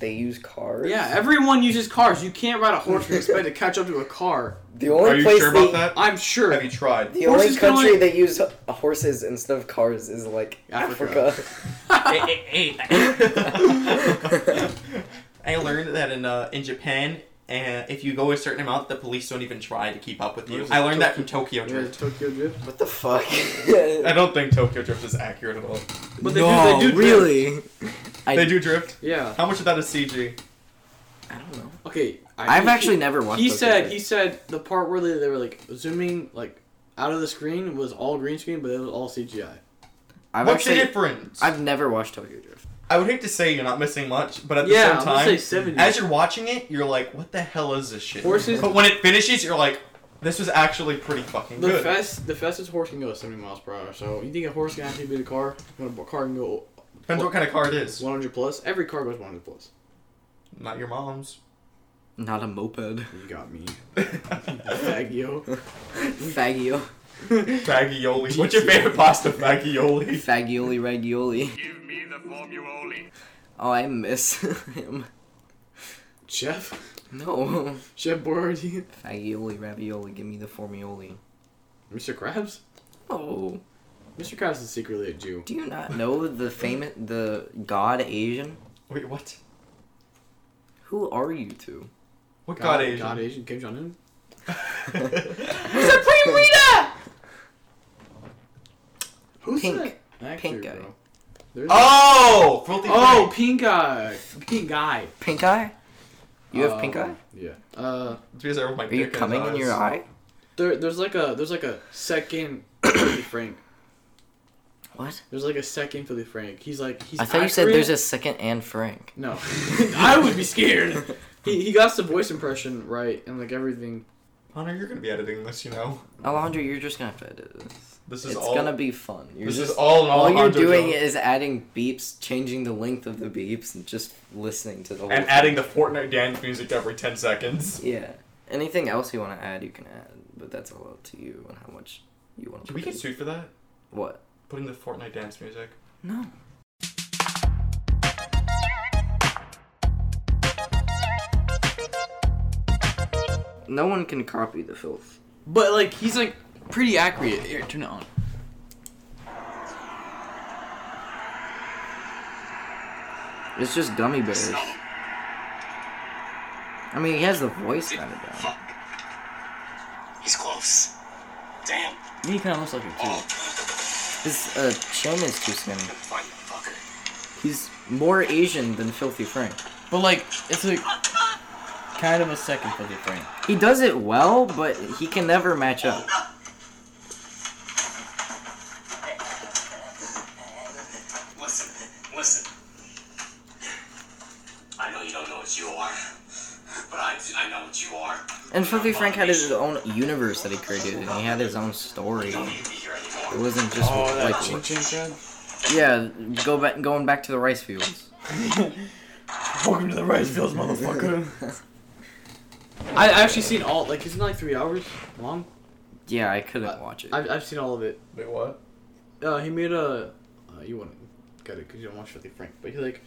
They use cars.
Yeah, everyone uses cars. You can't ride a horse and expect to catch up to a car.
The only
are you
place
sure
they,
about that?
I'm sure.
Have you tried?
The
Horses
only
can
country
only-
they use h- horses instead of cars is like
Africa.
Africa.
<laughs> I learned that in uh, in Japan, uh, if you go a certain amount, the police don't even try to keep up with
What
you.
is it,
I learned that from Tokyo
Yeah,
Drift.
Tokyo Drift.
what the fuck? <laughs>
I don't think Tokyo Drift is accurate at all.
But they do. They do drift.
really. I,
They do drift.
Yeah.
How much of that is CG?
I don't know.
Okay. I,
I've actually never watched.
He
those
said.
videos.
He said the part where they, they were like zooming like out of the screen was all green screen, but it was all CGI.
I've
What's
actually.
the difference? i
I've never watched Tokyo Drift.
would hate to say you're not missing much, but at the
Yeah,
same
I'm
time,
gonna say 70.
as you're watching it, you're like, "What the hell is this shit?"
Horses-
But when it finishes, you're like, "This was actually pretty fucking
The
good."
fast, the fastest horse can go is 70 miles per hour. So you think a horse can actually beat a car? When a car can go
Depends what kind of car it is.
100 plus. Every car goes 100 plus.
Not your mom's. <laughs>
Not a moped.
You got me, fag yo.
<laughs> Fagio.
Fagioli. What's your favorite pasta? Fagioli.
Fagioli Ragioli.
Give me the formuloli.
Oh, I miss him. <laughs>
Chef?
No.
Chef Boyardee?
Fagioli Ravioli, give me the formioli.
Mr. Krabs?
Oh.
Mr. Krabs is secretly a Jew.
Do you not know the famous, the god Asian?
Wait, what?
Who are you two?
What god,
God
Asian? <laughs>
Asian? Kim Jong Un?
Supreme
Rita!
Who's
Pink.
that actor,
Pink guy.
bro? There's a-
Oh, filthy.
oh,
Frank.
pink eye. Pink eye.
Pink eye? You have
Uh,
pink eye?
Yeah. Uh,
It's because I rubbed my
Are you
dick his
coming in your
eyes.
eye?
there, there's like a, there's like a second <coughs> Philly Frank.
What?
There's like a second Philly Frank. He's like, he's.
I thought you said there's
accurate.
a second Anne Frank.
No, <laughs> I would be scared.
<laughs>
He, he got the voice impression right and like everything.
Hunter, you're gonna be editing this, you know.
Alejandro, you're just gonna have to edit this.
This is
It's
all.
gonna be fun. You're
this
just,
is all. An
all you're
Alejandro
doing
joke.
is adding beeps, changing the length of the beeps, and just listening to the whole
and adding the Fortnite dance music every ten seconds.
Yeah. Anything else you want to add, you can add, but that's all up to you and how much you want to.
Can we get sued for that?
what?
Putting the Fortnite dance music.
No. No one can copy the filth.
But like he's like pretty accurate. Here, turn it on.
It's just gummy bears. I mean, he has the voice kind of down.
Fuck. He's close. Damn.
He kind of looks like a
Oh,
kid. His uh, chin is too skinny.
fine, fucker.
He's more Asian than Filthy Frank.
But like it's like kind of a second Philly Frank.
He does it well, but he can never match up.
Listen, listen. I know you don't know what you are, but I, I know what you are.
And Filthy Frank had his own universe that he created, and he had his own story.
You don't need
It
to be here anymore.
wasn't just like
ching chad.
yeah, go back, going back to the rice fields.
Welcome to the rice <laughs> fields, motherfucker. I I actually seen all like isn't it like three hours long?
Yeah, I couldn't watch it.
I've I've seen all of it.
Wait, what?
Uh, he made a. Uh, you wouldn't get it because you don't watch Filthy Frank. But he like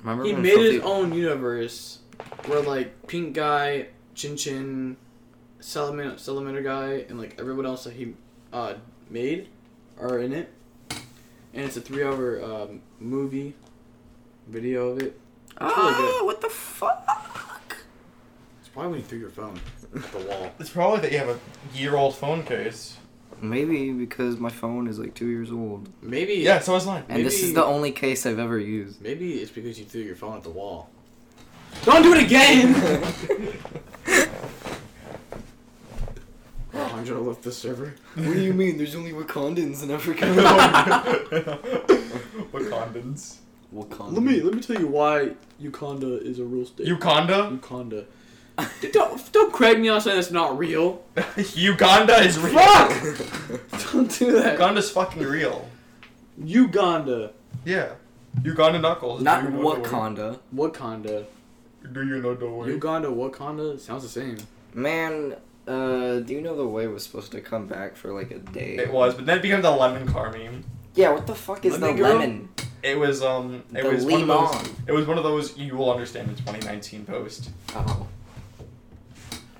Remember
he
when
made his
Filthy-
own universe where like Pink Guy, Chin Chin, Salamander, Salamander Guy, and like everyone else that he uh, made are in it. And it's a three-hour um, movie video of it. It's really
Ah,
good.
what the fuck?
It's probably when you threw your phone at the wall.
It's probably that you have a year-old phone case.
Maybe because my phone is like two years old,
Maybe
Yeah, so is mine.
and this is
Maybe-
the only case I've ever used.
Maybe it's because you threw your phone at the wall. Don't do it again. Well, I'm gonna lift Oh, the server.
What do you mean? There's only Wakandans in <laughs> Africa.
<laughs>
Wakandans.
Wakanda.
Let me let me tell you why Uganda is a real state. <laughs>
Uganda?
Uganda. don't don't crack me on saying that's not real.
Uganda is real.
<laughs> Don't do that.
Uganda's fucking real.
Uganda,
Yeah. Uganda knuckles. Do
Not
you know the word?
Wakanda.
Wakanda,
Do you know the word?
Uganda, Wakanda sounds the same.
Man, uh, do you know the way was supposed to come back for like a day?
It was, but then it became the lemon car meme.
Yeah, what the fuck is
Lemon
the
girl?
lemon?
It was um, it
The
was one of
lemon.
those. It was one of those you will understand in 2019 post.
Oh.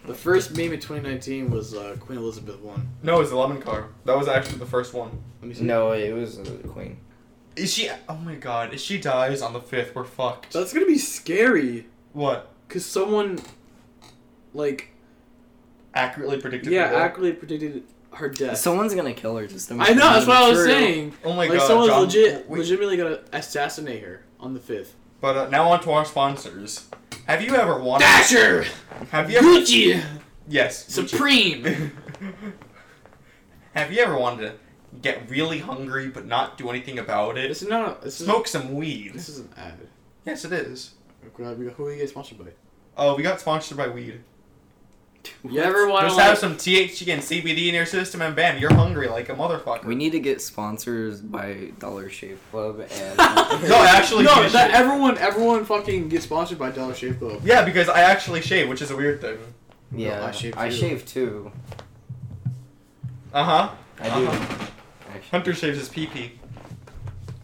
The first meme in 2019 was uh, Queen Elizabeth one.
No, it was the lemon car. That was actually the first one.
Let me see.
No, it was uh, Queen.
Is she? Oh my god! If she dies on the fifth, we're fucked.
That's gonna be scary,
What?
cause someone, like,
Accurately predicted.
yeah,
the death?
accurately predicted her death.
Someone's gonna kill her just to make
I know
it
that's what I was
true.
saying.
Oh my
like
god!
someone's
John,
legit,
we-
legitimately gonna assassinate her on the fifth.
But uh, now on to our sponsors. Have you ever wanted?
Dasher,
Have you? Ever...
Gucci,
Yes.
Supreme.
<laughs> Have you ever wanted to get really hungry but not do anything about it?
<laughs> This is not. A, this is
Smoke some weed.
This is an ad.
Yes, it is.
Who are you guys sponsored by?
Oh, we got sponsored by weed.
You ever want to
Just
like,
have some THC and CBD in your system, and bam, you're hungry like a motherfucker.
We need to get sponsors by Dollar Shave Club and.
no, actually,
<laughs> no?
you
That
should.
everyone, everyone fucking gets sponsored by Dollar Shave Club.
yeah, because I actually shave, which is a weird thing.
<laughs> yeah,
I shave
I
too.
shave too.
Uh huh.
I do.
Uh-huh.
Actually.
Hunter shaves his pee pee.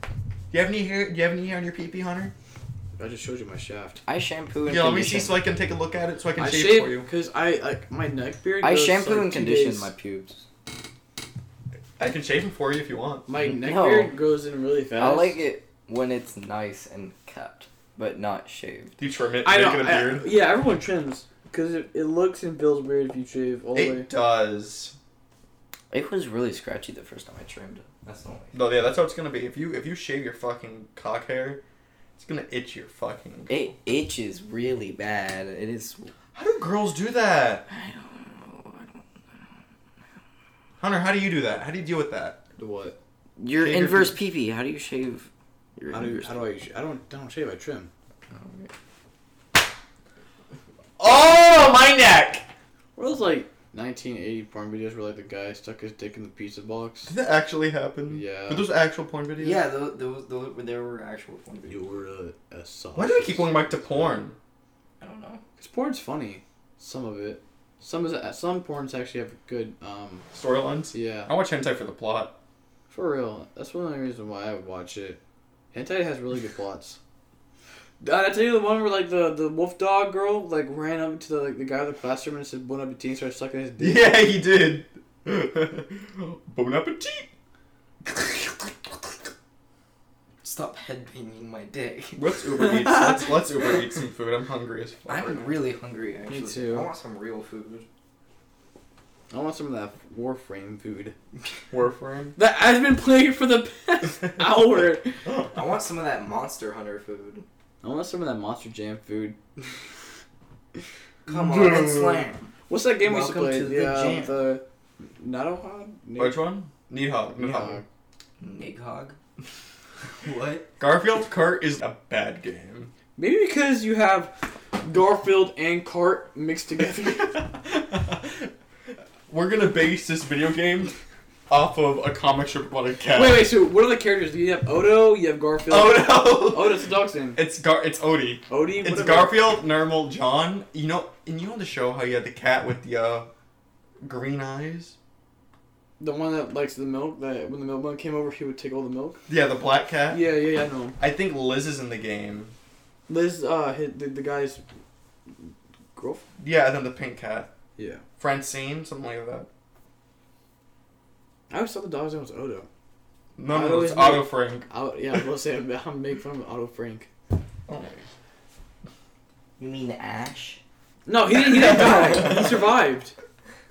Do you have any hair? Do you have any hair on your pee pee, Hunter?
I just showed you my shaft.
I shampoo and
Yeah, let me see
condition.
so I can take a look at it so I can
I
shave
shave
for you.
because I like my neck beard.
I
grows,
shampoo
like,
and
two
condition
days.
my pubes.
I can shave them for you if you want.
my neck
Mm-hmm. No.
beard grows in really fast.
I like it when it's nice and kept, but not shaved.
Do you trim it?
I
make
don't.
it a
I-
beard?
yeah, everyone trims because it, it looks and feels weird if you shave all the way.
it does.
It was really scratchy the first time I trimmed it. That's the only.
No, yeah, that's how it's gonna be. If you if you shave your fucking cock hair, it's gonna itch your fucking.
It itches really bad. It is.
How do girls do that?
I don't know. I don't-
Hunter, how do you do that? How do you deal with that?
What?
Your
Shave your
inverse pee pee. How do you shave? Your
How do
inverse
how do I? Sh- I don't I don't shave. I trim.
Oh, my neck!
What was like 1980 porn videos where like the guy stuck his dick in the pizza box?
Did that actually happen?
Yeah.
Were those actual porn videos?
Yeah, those, those, those there were actual porn
You were a, a sausage.
Why do I keep going back to porn?
I don't know.
Because porn's funny. Some of it. Some is uh, some porns actually have good. Um.
Storylines.
Yeah.
I watch hentai for the plot.
For real. That's one of the reasons why I would watch it. Hentai has really good <laughs> plots. Did I tell you the one where like the, the wolf dog girl like ran up to the like, the guy with the classroom and said "Bon appetit" and started sucking his dick?
Yeah, he did. <laughs> bon appetit. <laughs>
Stop headbanging my dick.
Let's Uber Eats. Let's, let's Uber Eat some food. I'm hungry as fuck.
<laughs> I'm really hungry. Actually,
too.
I want some real food.
I want some of that Warframe food. <gasps>
Warframe.
That has been playing for the past hour.
I want some of that Monster Hunter food.
I want some of that Monster Jam food.
Come on and slam.
What's that game
Welcome
we
to
used to
the
play? yeah,
jam.
the Natohog?
Which one? Nihog.
Nihog.
Nighthog. What?
Garfield Kart is a bad
<laughs>
game.
Maybe because you have Garfield and Cart mixed together.
<laughs> We're gonna base this video game off of a comic strip about a cat.
Wait, wait. So, what are the characters? Do you have Odo? You have Garfield?
Oh no!
Odo, it's a dog's name.
It's Gar. It's Odie.
Odie.
It's
whatever.
Garfield, Normal, John. You know, and you know the show how you had the cat with the uh, green eyes.
The one that likes the milk. That when the milkman came over, he would take all the milk.
Yeah, the black cat.
Yeah, yeah, yeah. I know.
I think Liz is in the game.
Liz, uh, his, the, the guy's girlfriend.
Yeah, and then the pink cat.
Yeah.
Francine, something like that.
I always thought the dog's name was Odo.
No,
I
no, it's
always
Otto Frank.
I, yeah, I will say <laughs> I'm, I'm making fun of Otto Frank.
Oh.
You mean Ash?
No, he didn't. He didn't die. He survived.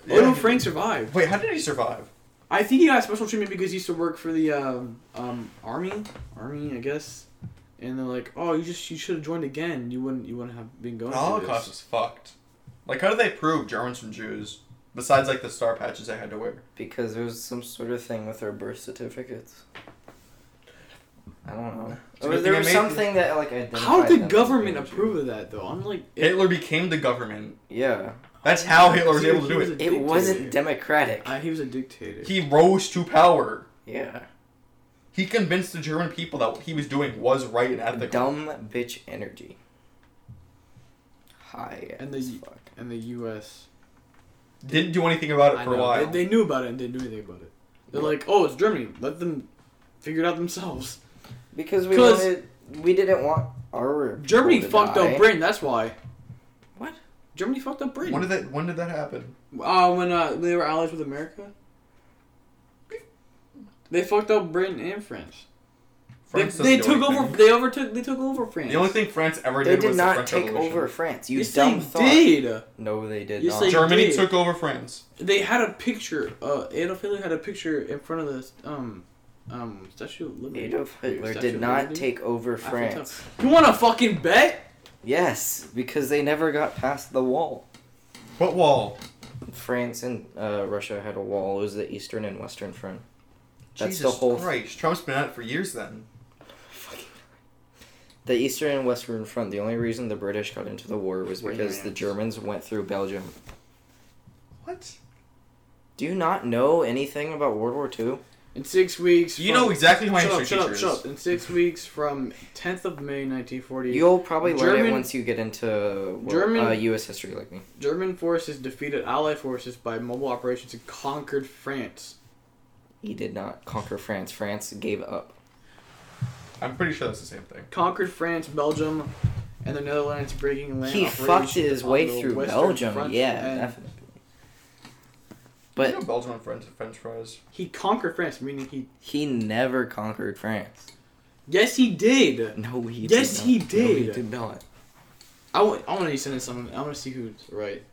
Yeah.
Odo Frank survived.
Wait, how did he survive?
I think he got special treatment because he used to work for the um, um, army, army, I guess. And they're like, "Oh, you just you should have joined again. You wouldn't you wouldn't have been going."
The
through this."
Holocaust is fucked. Like, how do they prove Germans from Jews? Besides, like, the star patches they had to wear.
Because there was some sort of thing with our birth certificates. I don't know.
So
Or
you
there
think
was
I made-
something that like identified.
How did
them
the
as
government
being Jew.
approve of that though? I'm like, it,
Hitler became the government.
Yeah,
That's how Hitler was able to do
He was
it.
a
it wasn't
dictator.
democratic.
I, he was a dictator.
He rose to power.
Yeah,
He convinced the German people that what he was doing was right and ethical.
dumb bitch energy. Hi.
And
as
the-
fuck.
and the U.S.
Didn't do anything about it
I
for a
know,
while.
They, they knew about it and didn't do anything about it. They're
Yeah.
like, "Oh, it's Germany. Let them figure it out themselves."
Because we
'Cause-
wanted, we didn't want our
Germany
people to
fucked
die.
up Britain. That's why.
What?
Germany fucked up Britain.
When did that? When did that happen?
Uh, when uh, they were allies with America, they fucked up Britain and France. They,
France
they
doesn't
took
do
over.
anything.
They overtook. They took over France.
The only thing France ever
They
did,
did
was the
not
French
take
Revolution.
over France. You
yes,
dumb
they
thought.
did.
No, they did
Yes,
not.
they
Germany
did.
took over France.
They had a picture. Uh, Adolf Hitler had a picture in front of the um, um, Statue of Liberty.
Adolf Hitler
Statue
did
of
not
Liberty?
take over
Eiffel
France.
Tower. You want to fucking bet?
Yes, because they never got past the wall.
What wall?
France and uh, Russia had a wall. It was the Eastern and Western Front. That's
Jesus
the whole-
Christ. Trump's been at it for years. Then
The Eastern and Western Front. The only reason the British got into the war was
Were
because the
Germans.
Germans went through Belgium.
what?
Do you not know anything about World War II?
In six weeks.
You
from-
know exactly who my
shut up,
history
shut up,
teacher
shut
is.
up. In six weeks from 10th of May 1940,
You'll probably learn it
German-
once you get into well,
German-
uh, U.S. history, like me.
German forces defeated Allied forces by mobile operations and conquered France.
He did not conquer France. France gave up.
I'm pretty sure that's the same thing.
Conquered France, Belgium, and the Netherlands, breaking land.
He fucked
operations
his
on
way
the
through
Western
Belgium.
Front
yeah,
and
definitely.
you know
But
Belgium and French French fries.
He conquered France, meaning he.
he never conquered France.
Yes, he did.
No, he.
Yes,
did
he
not. No, he
did.
did not.
I want. I want to send in someone. I want to see who's right.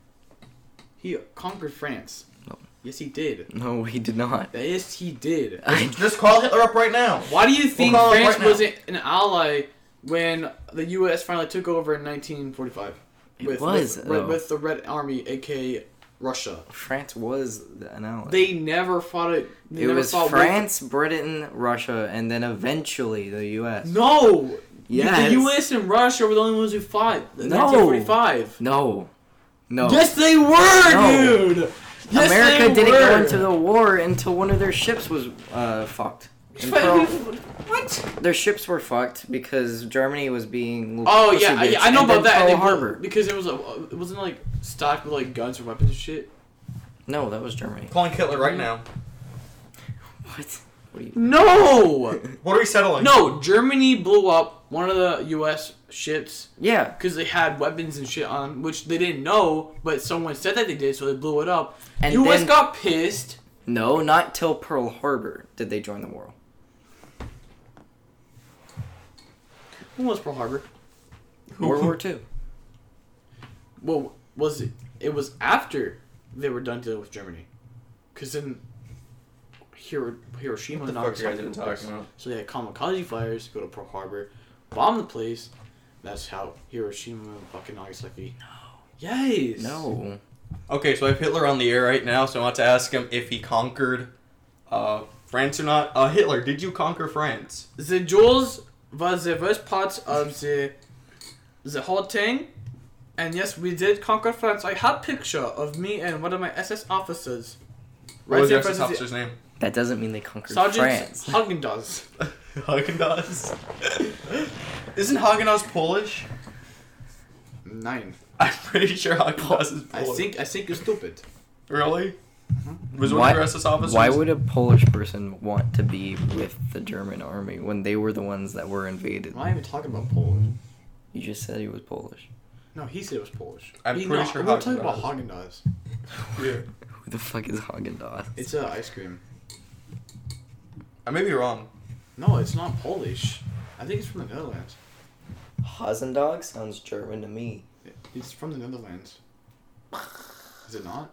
He conquered France.
No.
Yes, he did.
No, he did not.
Yes, he did.
I
Just call Hitler up right now.
Why do you think
call it
France
right now.
wasn't an ally when the U.S. finally took over in 1945?
It was,
with,
though.
with, with the Red Army, aka Russia.
<laughs> France was an ally.
They never fought it. They
it
never
was
fought with-
France, Britain, Russia, and then eventually the U.S.
No.
Yes.
The U.S. and Russia were the only ones who fought. in
No.
1945.
No. No.
Yes, they were,
No.
dude. Yes,
America
they
didn't
were.
go into the war until one of their ships was uh, fucked. And
<laughs>
Pearl-
What?
their ships were fucked because Germany was being. little
Oh
pussy
yeah, I,
bitch,
I know
and then
about that. and
Pearl
they were-
Harbor.
because it was a, it wasn't like stocked with like guns or weapons and shit.
No, that was Germany.
Calling Hitler right now.
What? What are you? <laughs>
No.
What are we settling?
No, Germany blew up one of the U.S. ships
Yeah.
because they had weapons and shit on, which they didn't know, but someone said that they did, so they blew it up.
And
U.S.
then-
got pissed.
No, not till Pearl Harbor did they join the war.
When was Pearl Harbor?
World War
<laughs>
Two.
Well, was it? It was after they were done dealing with Germany, because then Hiro- Hiroshima
What the
and
fuck are you guys
Nagasaki.
even
were
talking
pissed.
about?
So they had kamikaze fires, go to Pearl Harbor, bomb the place. That's how Hiroshima and fucking Nagasaki. No. Yes.
No.
Okay, so I have Hitler on the air right now, so I want to ask him if he conquered uh, France or not. Uh, Hitler, did you conquer France?
the jewels were the worst part of the the whole thing. And yes, we did conquer France. I had picture of me and one of my SS officers.
What was
there
your SS
versus the-
officer's name? <laughs>
That doesn't mean they conquered
Sergeant
France.
Hagendaz.
Haagen-Dazs. <laughs> Isn't Haagen-Dazs Polish? <laughs>
Nine.
I'm pretty sure Haagen-Dazs is Polish.
I think I think you're stupid.
Really? Was
Hmm? Why-
one of your SS officers?
Why would a Polish person want to be with the German army when they were the ones that were invaded?
I'm not even talking about Poland.
You just said he was Polish. <laughs>
No, he said it was Polish.
I'm
He-
pretty
no,
sure
We're talking about
Häagen-Dazs.
Hagendaz.
Yeah.
Who the fuck is Hagen Dazs? <laughs>
It's uh, ice cream.
I may be wrong.
No, it's not Polish. I think it's from the Netherlands.
Dog sounds German to <laughs> me.
It's from the Netherlands. Is it not?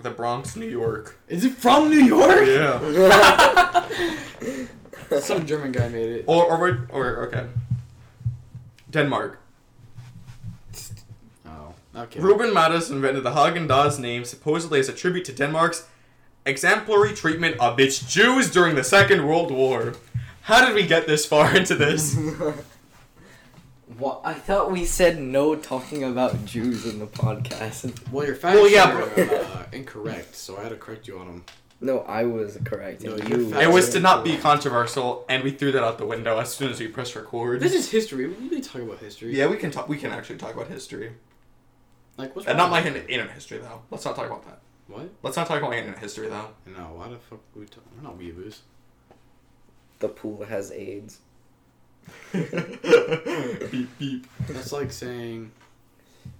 The Bronx, New York.
Is it from New York?
Yeah.
Some German guy made it.
<laughs> Or, or, we're- or, okay. Denmark.
Oh, okay.
Ruben Mattis invented the Haagen-Dazs name supposedly as a tribute to Denmark's exemplary treatment of its Jews during the Second World War. How did we get this far <laughs> into
<laughs>
this?
What? I thought we said no talking about Jews in the podcast. <laughs>
Well, your facts
Well, yeah,
are
but-
uh, incorrect, so I had to correct you on them.
No, I was correct.
No,
and
you're
you-
fat.
it was to not be controversial, and we threw that out the window as soon as we pressed record.
This is history. We really talk about
<laughs>
history.
yeah, we can talk. We can actually talk about history,
Like what's
and not like
wrong with-
in internet history though. Let's not talk about that.
what?
Let's not talk about internet history
<laughs>
though.
No, why the fuck we talk? We're not weeaboos.
The pool has AIDS.
beep beep.
That's like saying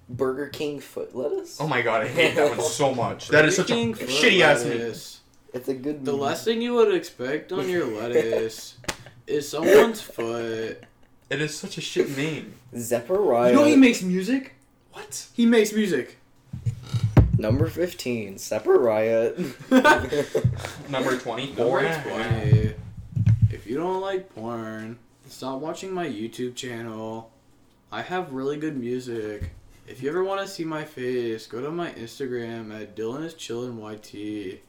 Burger King foot lettuce.
Oh my god, I hate that one so much. <laughs> That is such a
Picking
<laughs>
foot
shitty ass meme.
lettuce.
It's a good.
The last thing you would expect on your
<laughs>
lettuce is someone's foot.
It is such a shit meme.
Zechariah.
You know
uh,
he makes music.
What?
He makes music.
Number fifteen. <laughs>
<laughs>
Zechariah.
Number
Don't
twenty-four.
explain. If you don't like porn, stop watching my YouTube channel. I have really good music. If you ever want to see my face, go to my Instagram at Dylan is chillin' YT.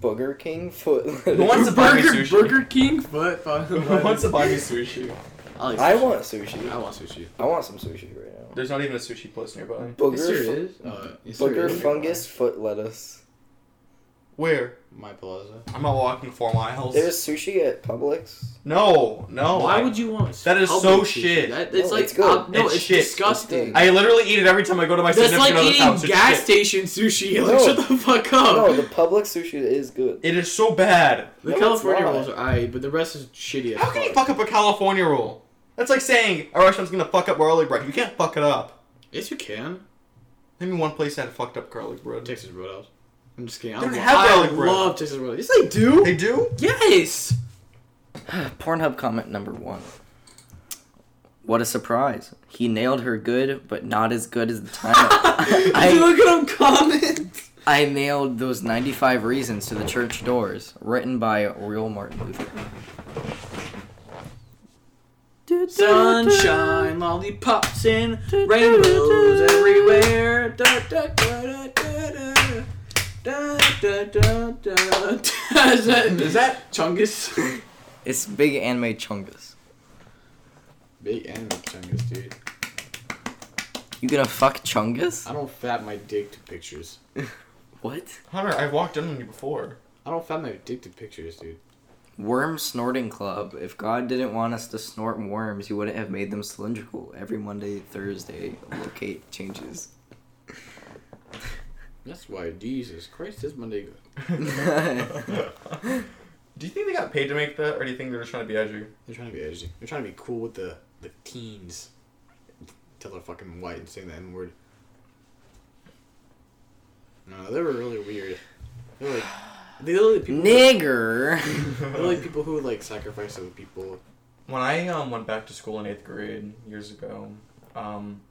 Booger King foot
Who wants
lettuce.
to buy me
Burger,
sushi?
Burger King foot.
<laughs>
Who <laughs>
Who wants to buy me sushi?
I,
<laughs>
like
I
sushi.
want
I
sushi.
want sushi.
I want some sushi right now.
There's not even a sushi place nearby.
Booger.
Yes, there
fu-
is. Uh, yes, there
Booger
is.
fungus foot lettuce.
Where?
My Plaza.
I'm not walking four miles.
There's sushi at Publix.
No, no.
Why
I-
would you want?
That is
public
so
sushi?
shit.
That, it's
No,
like
it's good.
ob- no,
It's
it's,
shit.
disgusting.
It's
I literally eat it every time I go to my
That's like
significant other's house.
eating
It's
gas
shit.
station sushi. <laughs>
No.
Like, shut the fuck up.
No, the Public sushi is good.
It is so bad.
the
No, it's
California
not.
rolls are alright, but the rest is shitty. As
How can you
fuck?
fuck up a California roll? That's like saying a restaurant's gonna fuck up garlic bread. You can't fuck it up.
Yes, you can.
Name me one place that fucked up garlic bread.
Texas Roadhouse. I'm just kidding. I
They
don't
don't
know.
have
I
garlic bread.
love Texas Roadhouse. Yes, I do.
They do?
yes.
Pornhub comment number one. What a surprise. He nailed her good, but not as good as the
<laughs>
time.
Did you
I,
look at them comments?
I nailed those 95 reasons to the church doors, written by real Martin Luther.
<laughs> Sunshine, lollipops, and rainbows everywhere. Da, da, da, da, da, da. Da, da, da, da. <laughs> is, that,
Is that
Chungus? <laughs>
It's big anime chungus.
Big anime Chungus, dude.
You gonna fuck chungus?
I don't fat my dick to pictures.
What?
Hunter, I've walked in on you before.
I don't fat my dick to pictures, dude.
Worm snorting club. If God didn't want us to snort worms, he wouldn't have made them cylindrical. Every Monday, Thursday, locate changes. <laughs>
That's why Jesus Christ is my nigga.
Do you think they got paid to make that, or do you think they're just trying to be edgy?
They're trying to be edgy. They're trying to be cool with the the teens. Till they're fucking white and saying the N word. No, they were really weird. They're like they're like people.
Nigger!
They're <laughs> like people who would like sacrifice other people.
<laughs> When I um, went back to school in eighth grade years ago, um,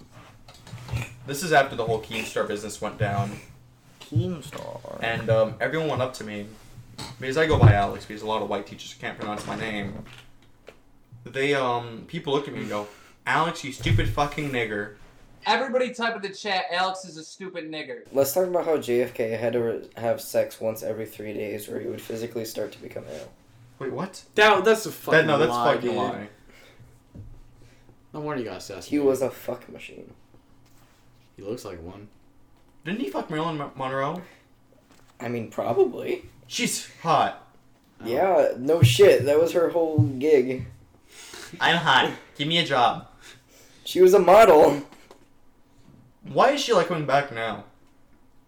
this is after the whole Keemstar business went down,
Keemstar.
and um, everyone went up to me because I go by Alex because a lot of white teachers can't pronounce my name. They um, people looked at me and go, "Alex, you stupid fucking nigger."
Everybody type in the chat, Alex is a stupid nigger.
Let's talk about how JFK had to re- have sex once every three days, or he would physically start to become ill.
Wait, what?
That that's a fucking
That, no, that's
lie,
fucking
dude.
lie.
No wonder you got assassinated.
He was a fuck machine.
He looks like one.
Didn't he fuck Marilyn Mon- Monroe?
I mean, probably.
She's hot.
Oh.
Yeah, no shit. That was her whole gig.
I'm hot. Give me a job.
She was a model
Why is she like coming back now?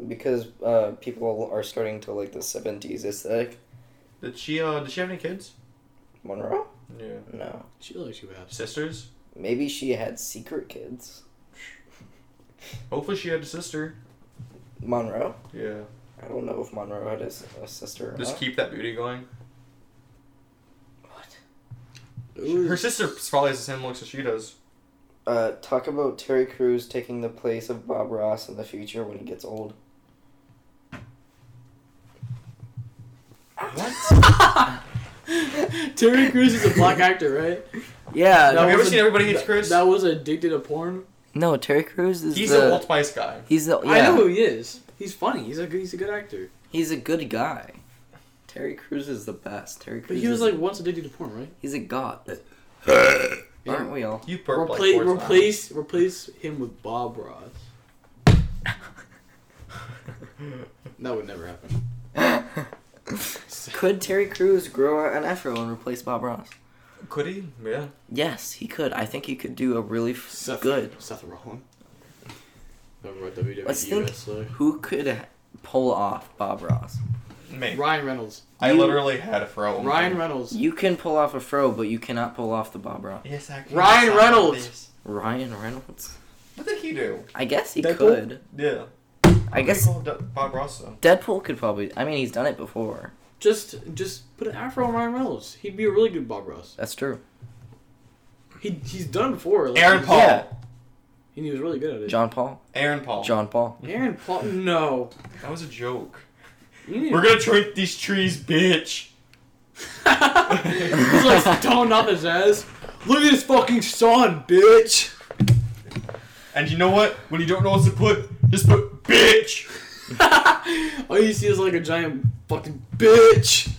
because uh, people are starting to like the 70s aesthetic.
Did she uh did she have any kids?
Monroe?
Yeah.
No.
She looks like she would have.
Sisters?
Maybe she had secret kids.
Hopefully she had a sister.
Monroe?
Yeah.
I don't know if Monroe had a, s- a sister or
Just
Uh-huh.
not.
keep that beauty going.
What?
Ooh.
Her sister probably has the same looks as she does.
Uh, talk about Terry Crews taking the place of Bob Ross in the future when he gets old.
What?
<laughs> Terry Crews is a
<laughs>
black actor, right?
Yeah.
That
Have you ever
was a-
seen Everybody Hates
that-
Chris?
That was addicted to porn.
No, Terry Crews is
He's
the
an Old Spice guy.
he's the yeah,
I know who he is. He's funny. He's a good, he's a good actor.
he's a good guy. Terry Crews is the best. Terry
But
Crews.
he
is-
was like once addicted to porn, right?
he's a god.
Yeah.
<clears throat> Aren't we all?
You burped like
Repla-
four times.
replace replace him with Bob Ross. <laughs> That would never happen.
<laughs> could Terry Crews grow an afro and replace Bob Ross?
Could he? Yeah.
Yes, he could. I think he could do a really f-
Seth,
good.
Seth Rollins. Remember what WWE
Let's think.
wrestler?
Who could h- pull off Bob Ross?
Me.
Ryan Reynolds.
I
You-
literally had a fro.
Ryan Reynolds.
You can pull off a fro, but you cannot pull off the Bob Ross.
Yes, I can
Ryan
decide
Reynolds!
this.
Ryan Reynolds.
What did he do?
I guess he
Deadpool?
could.
Yeah.
I guess
Bob Ross though.
Deadpool could probably. I mean, he's done it before.
Just just put an afro on Ryan Reynolds. He'd be a really good Bob Ross.
That's true.
He he's done before. Like,
Aaron
he-
Paul.
Yeah.
And he was really good at it.
John Paul.
Aaron Paul.
John Paul.
Aaron Paul. No.
That was a joke.
Mm. <laughs>
We're gonna trunk these trees, bitch.
he's like stoned off his ass. Look at his fucking son, bitch.
And you know what? When you don't know what to put, just put <laughs> bitch.
All you see is like a giant fucking bitch.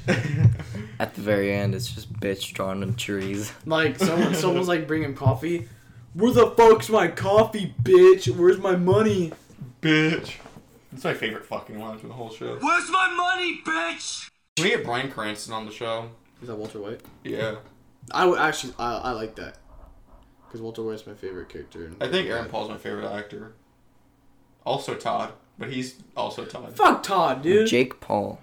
At the very end, it's just bitch drawn in
<laughs>
trees.
Like someone, someone's like bring him coffee. Where the fuck's my coffee, bitch? Where's my money?
bitch. It's my favorite fucking line from the whole show.
Where's my money, bitch?
Can we get Brian Cranston on the show?
Is that Walter White?
Yeah.
I would actually. I, I like that because Walter White's my favorite character. in-
I think Aaron Paul's my favorite actor. Also Todd, but he's also Todd.
Fuck Todd, dude.
Jake Paul.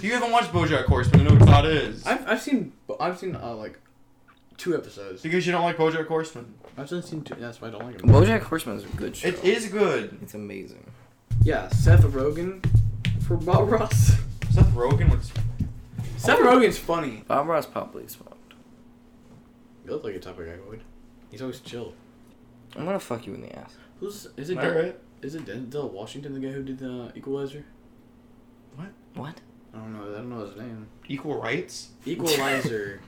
You haven't watched BoJack Horseman. You know who Todd is.
I've, I've seen I've seen uh, like two episodes.
Because you don't like BoJack Horseman.
I've just seen two. That's why I don't like him.
BoJack Horseman is a good show.
It is good.
It's amazing.
Yeah, Seth Rogen for Bob Ross. <laughs>
Seth Rogen was.
Seth
Oh.
Rogen's funny.
Bob Ross probably smoked.
You look like a type of guy who would. He's always chill.
I'm gonna fuck you in the ass.
Who's is
Am
it?
I
Del,
right?
Is it Denzel Washington the guy who did the Equalizer?
What?
I don't know. I don't know his name.
Equal rights.
<laughs> Equalizer.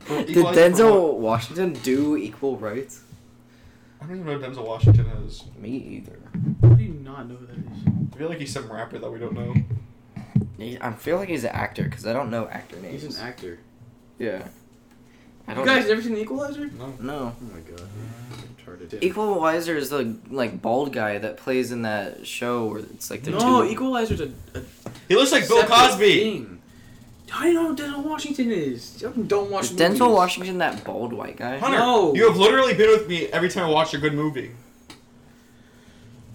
For-
Did
equal rights for
Denzel
what?
Washington do equal rights?
I don't even know who Denzel Washington is.
Me either.
How do you not know who that is?
I feel like he's some rapper that we don't know.
He- I feel like he's an actor because I don't know actor names.
He's an actor.
yeah. I
You
don't
guys never seen the Equalizer?
No.
know.
Oh my god. Retarded.
Equalizer is the like bald guy that plays in that show where it's like the
no,
two.
Equalizer's a, a
He looks like Bill
separate
Cosby.
thing. I don't know who Denzel Washington is. You Don't watch
is
movies.
Denzel Washington that bald white guy?
Hunter,
No.
you have literally been with me every time I watched a good movie.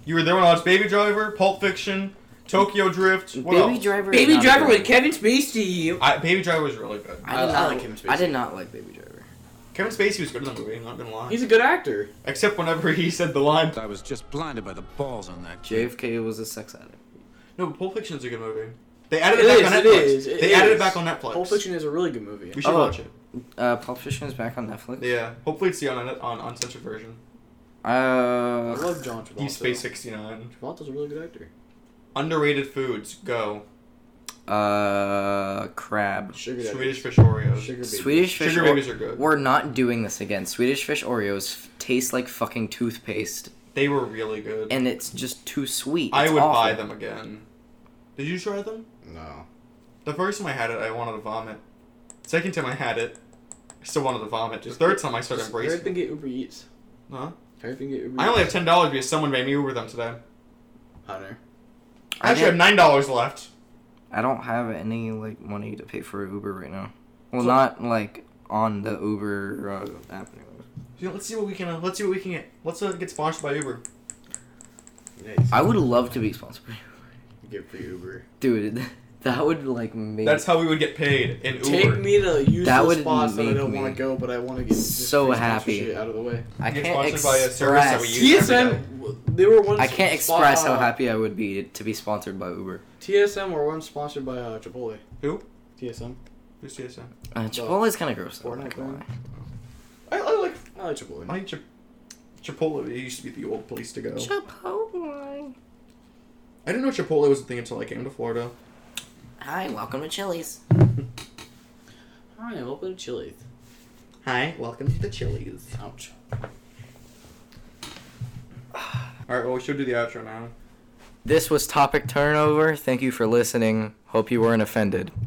You were there when I watched Baby Driver, Pulp Fiction, Tokyo Drift. What
Baby
else?
Driver. is
Baby
not
Driver
good.
with Kevin Spacey. You.
I, Baby Driver was really good.
I did
I- I
not
like Kevin Spacey.
I did not like Baby Driver.
Kevin Spacey was good in the movie. I'm not gonna lie.
He's a good actor.
Except whenever he said the line.
I was just blinded by the balls on that kid.
JFK was a sex addict.
No, but Pulp Fiction's a good movie. They added it,
It
back
is,
on
it
Netflix.
is, it
they added it
is.
back on Netflix.
Pulp Fiction is a really good movie.
We should
Oh.
watch it.
Uh, Pulp Fiction is back on Netflix.
Yeah. Hopefully it's the un- on uncensored version.
I
Uh,
love John Travolta.
Deep Space 69.
Travolta's a really good actor.
Underrated foods. Go.
uh, crab.
Sugar daddy.
Swedish fish Oreos.
Sugar baby.
Swedish fish.
Sugar
Ore-
babies are good.
We're not doing this again. Swedish fish Oreos f- taste like fucking toothpaste,
They were really good.
and it's just too sweet.
I
It's
would
awful.
buy them again. Did you try them?
No.
The first time I had it, I wanted to vomit. Second time I had it, I still wanted to vomit. The third time I started
Just hurry up
embracing.
and
it.
get Uber Eats.
Huh?
Hurry up and get Uber
I only have
Eats.
ten dollars because someone made me Uber them today.
Hunter.
I actually have
did-
nine dollars left.
I don't have any like money to pay for Uber right now. Well, not like on the Uber uh, app.
You know, let's see what we can. Uh, let's see what we can get. Let's uh, get sponsored by Uber.
Nice.
I would love to be sponsored, by Uber. <laughs>
get free Uber.
dude. <laughs> That would like make
That's how we would get paid in Uber.
Take me to useless
That would
spots that I
make
don't
me
want to go, but I want to get this
so
free sponsor
happy.
shit out of the way.
I
Get
can't
sponsored by a
express.
service that we use.
TSM. w- They were once.
I can't
spot-
express how
uh,
happy I would be to be sponsored by Uber.
TSM were once sponsored by uh, Chipotle.
Who?
TSM.
Who's TSM?
Uh, Chipotle's kind of gross. Though, I'm not
Fortnite
gonna
brand.
lie.
I, I like
I like Chipotle.
I like Chip- Chipotle. It used to be the old place to go.
Chipotle.
I didn't know Chipotle was a thing until I came to Florida.
Hi, welcome to Chili's.
Hi, welcome to Chili's.
Hi, welcome to the Chili's.
Ouch.
<sighs> All right, well we should do the outro now.
This was topic turnover. Thank you for listening. Hope you weren't offended.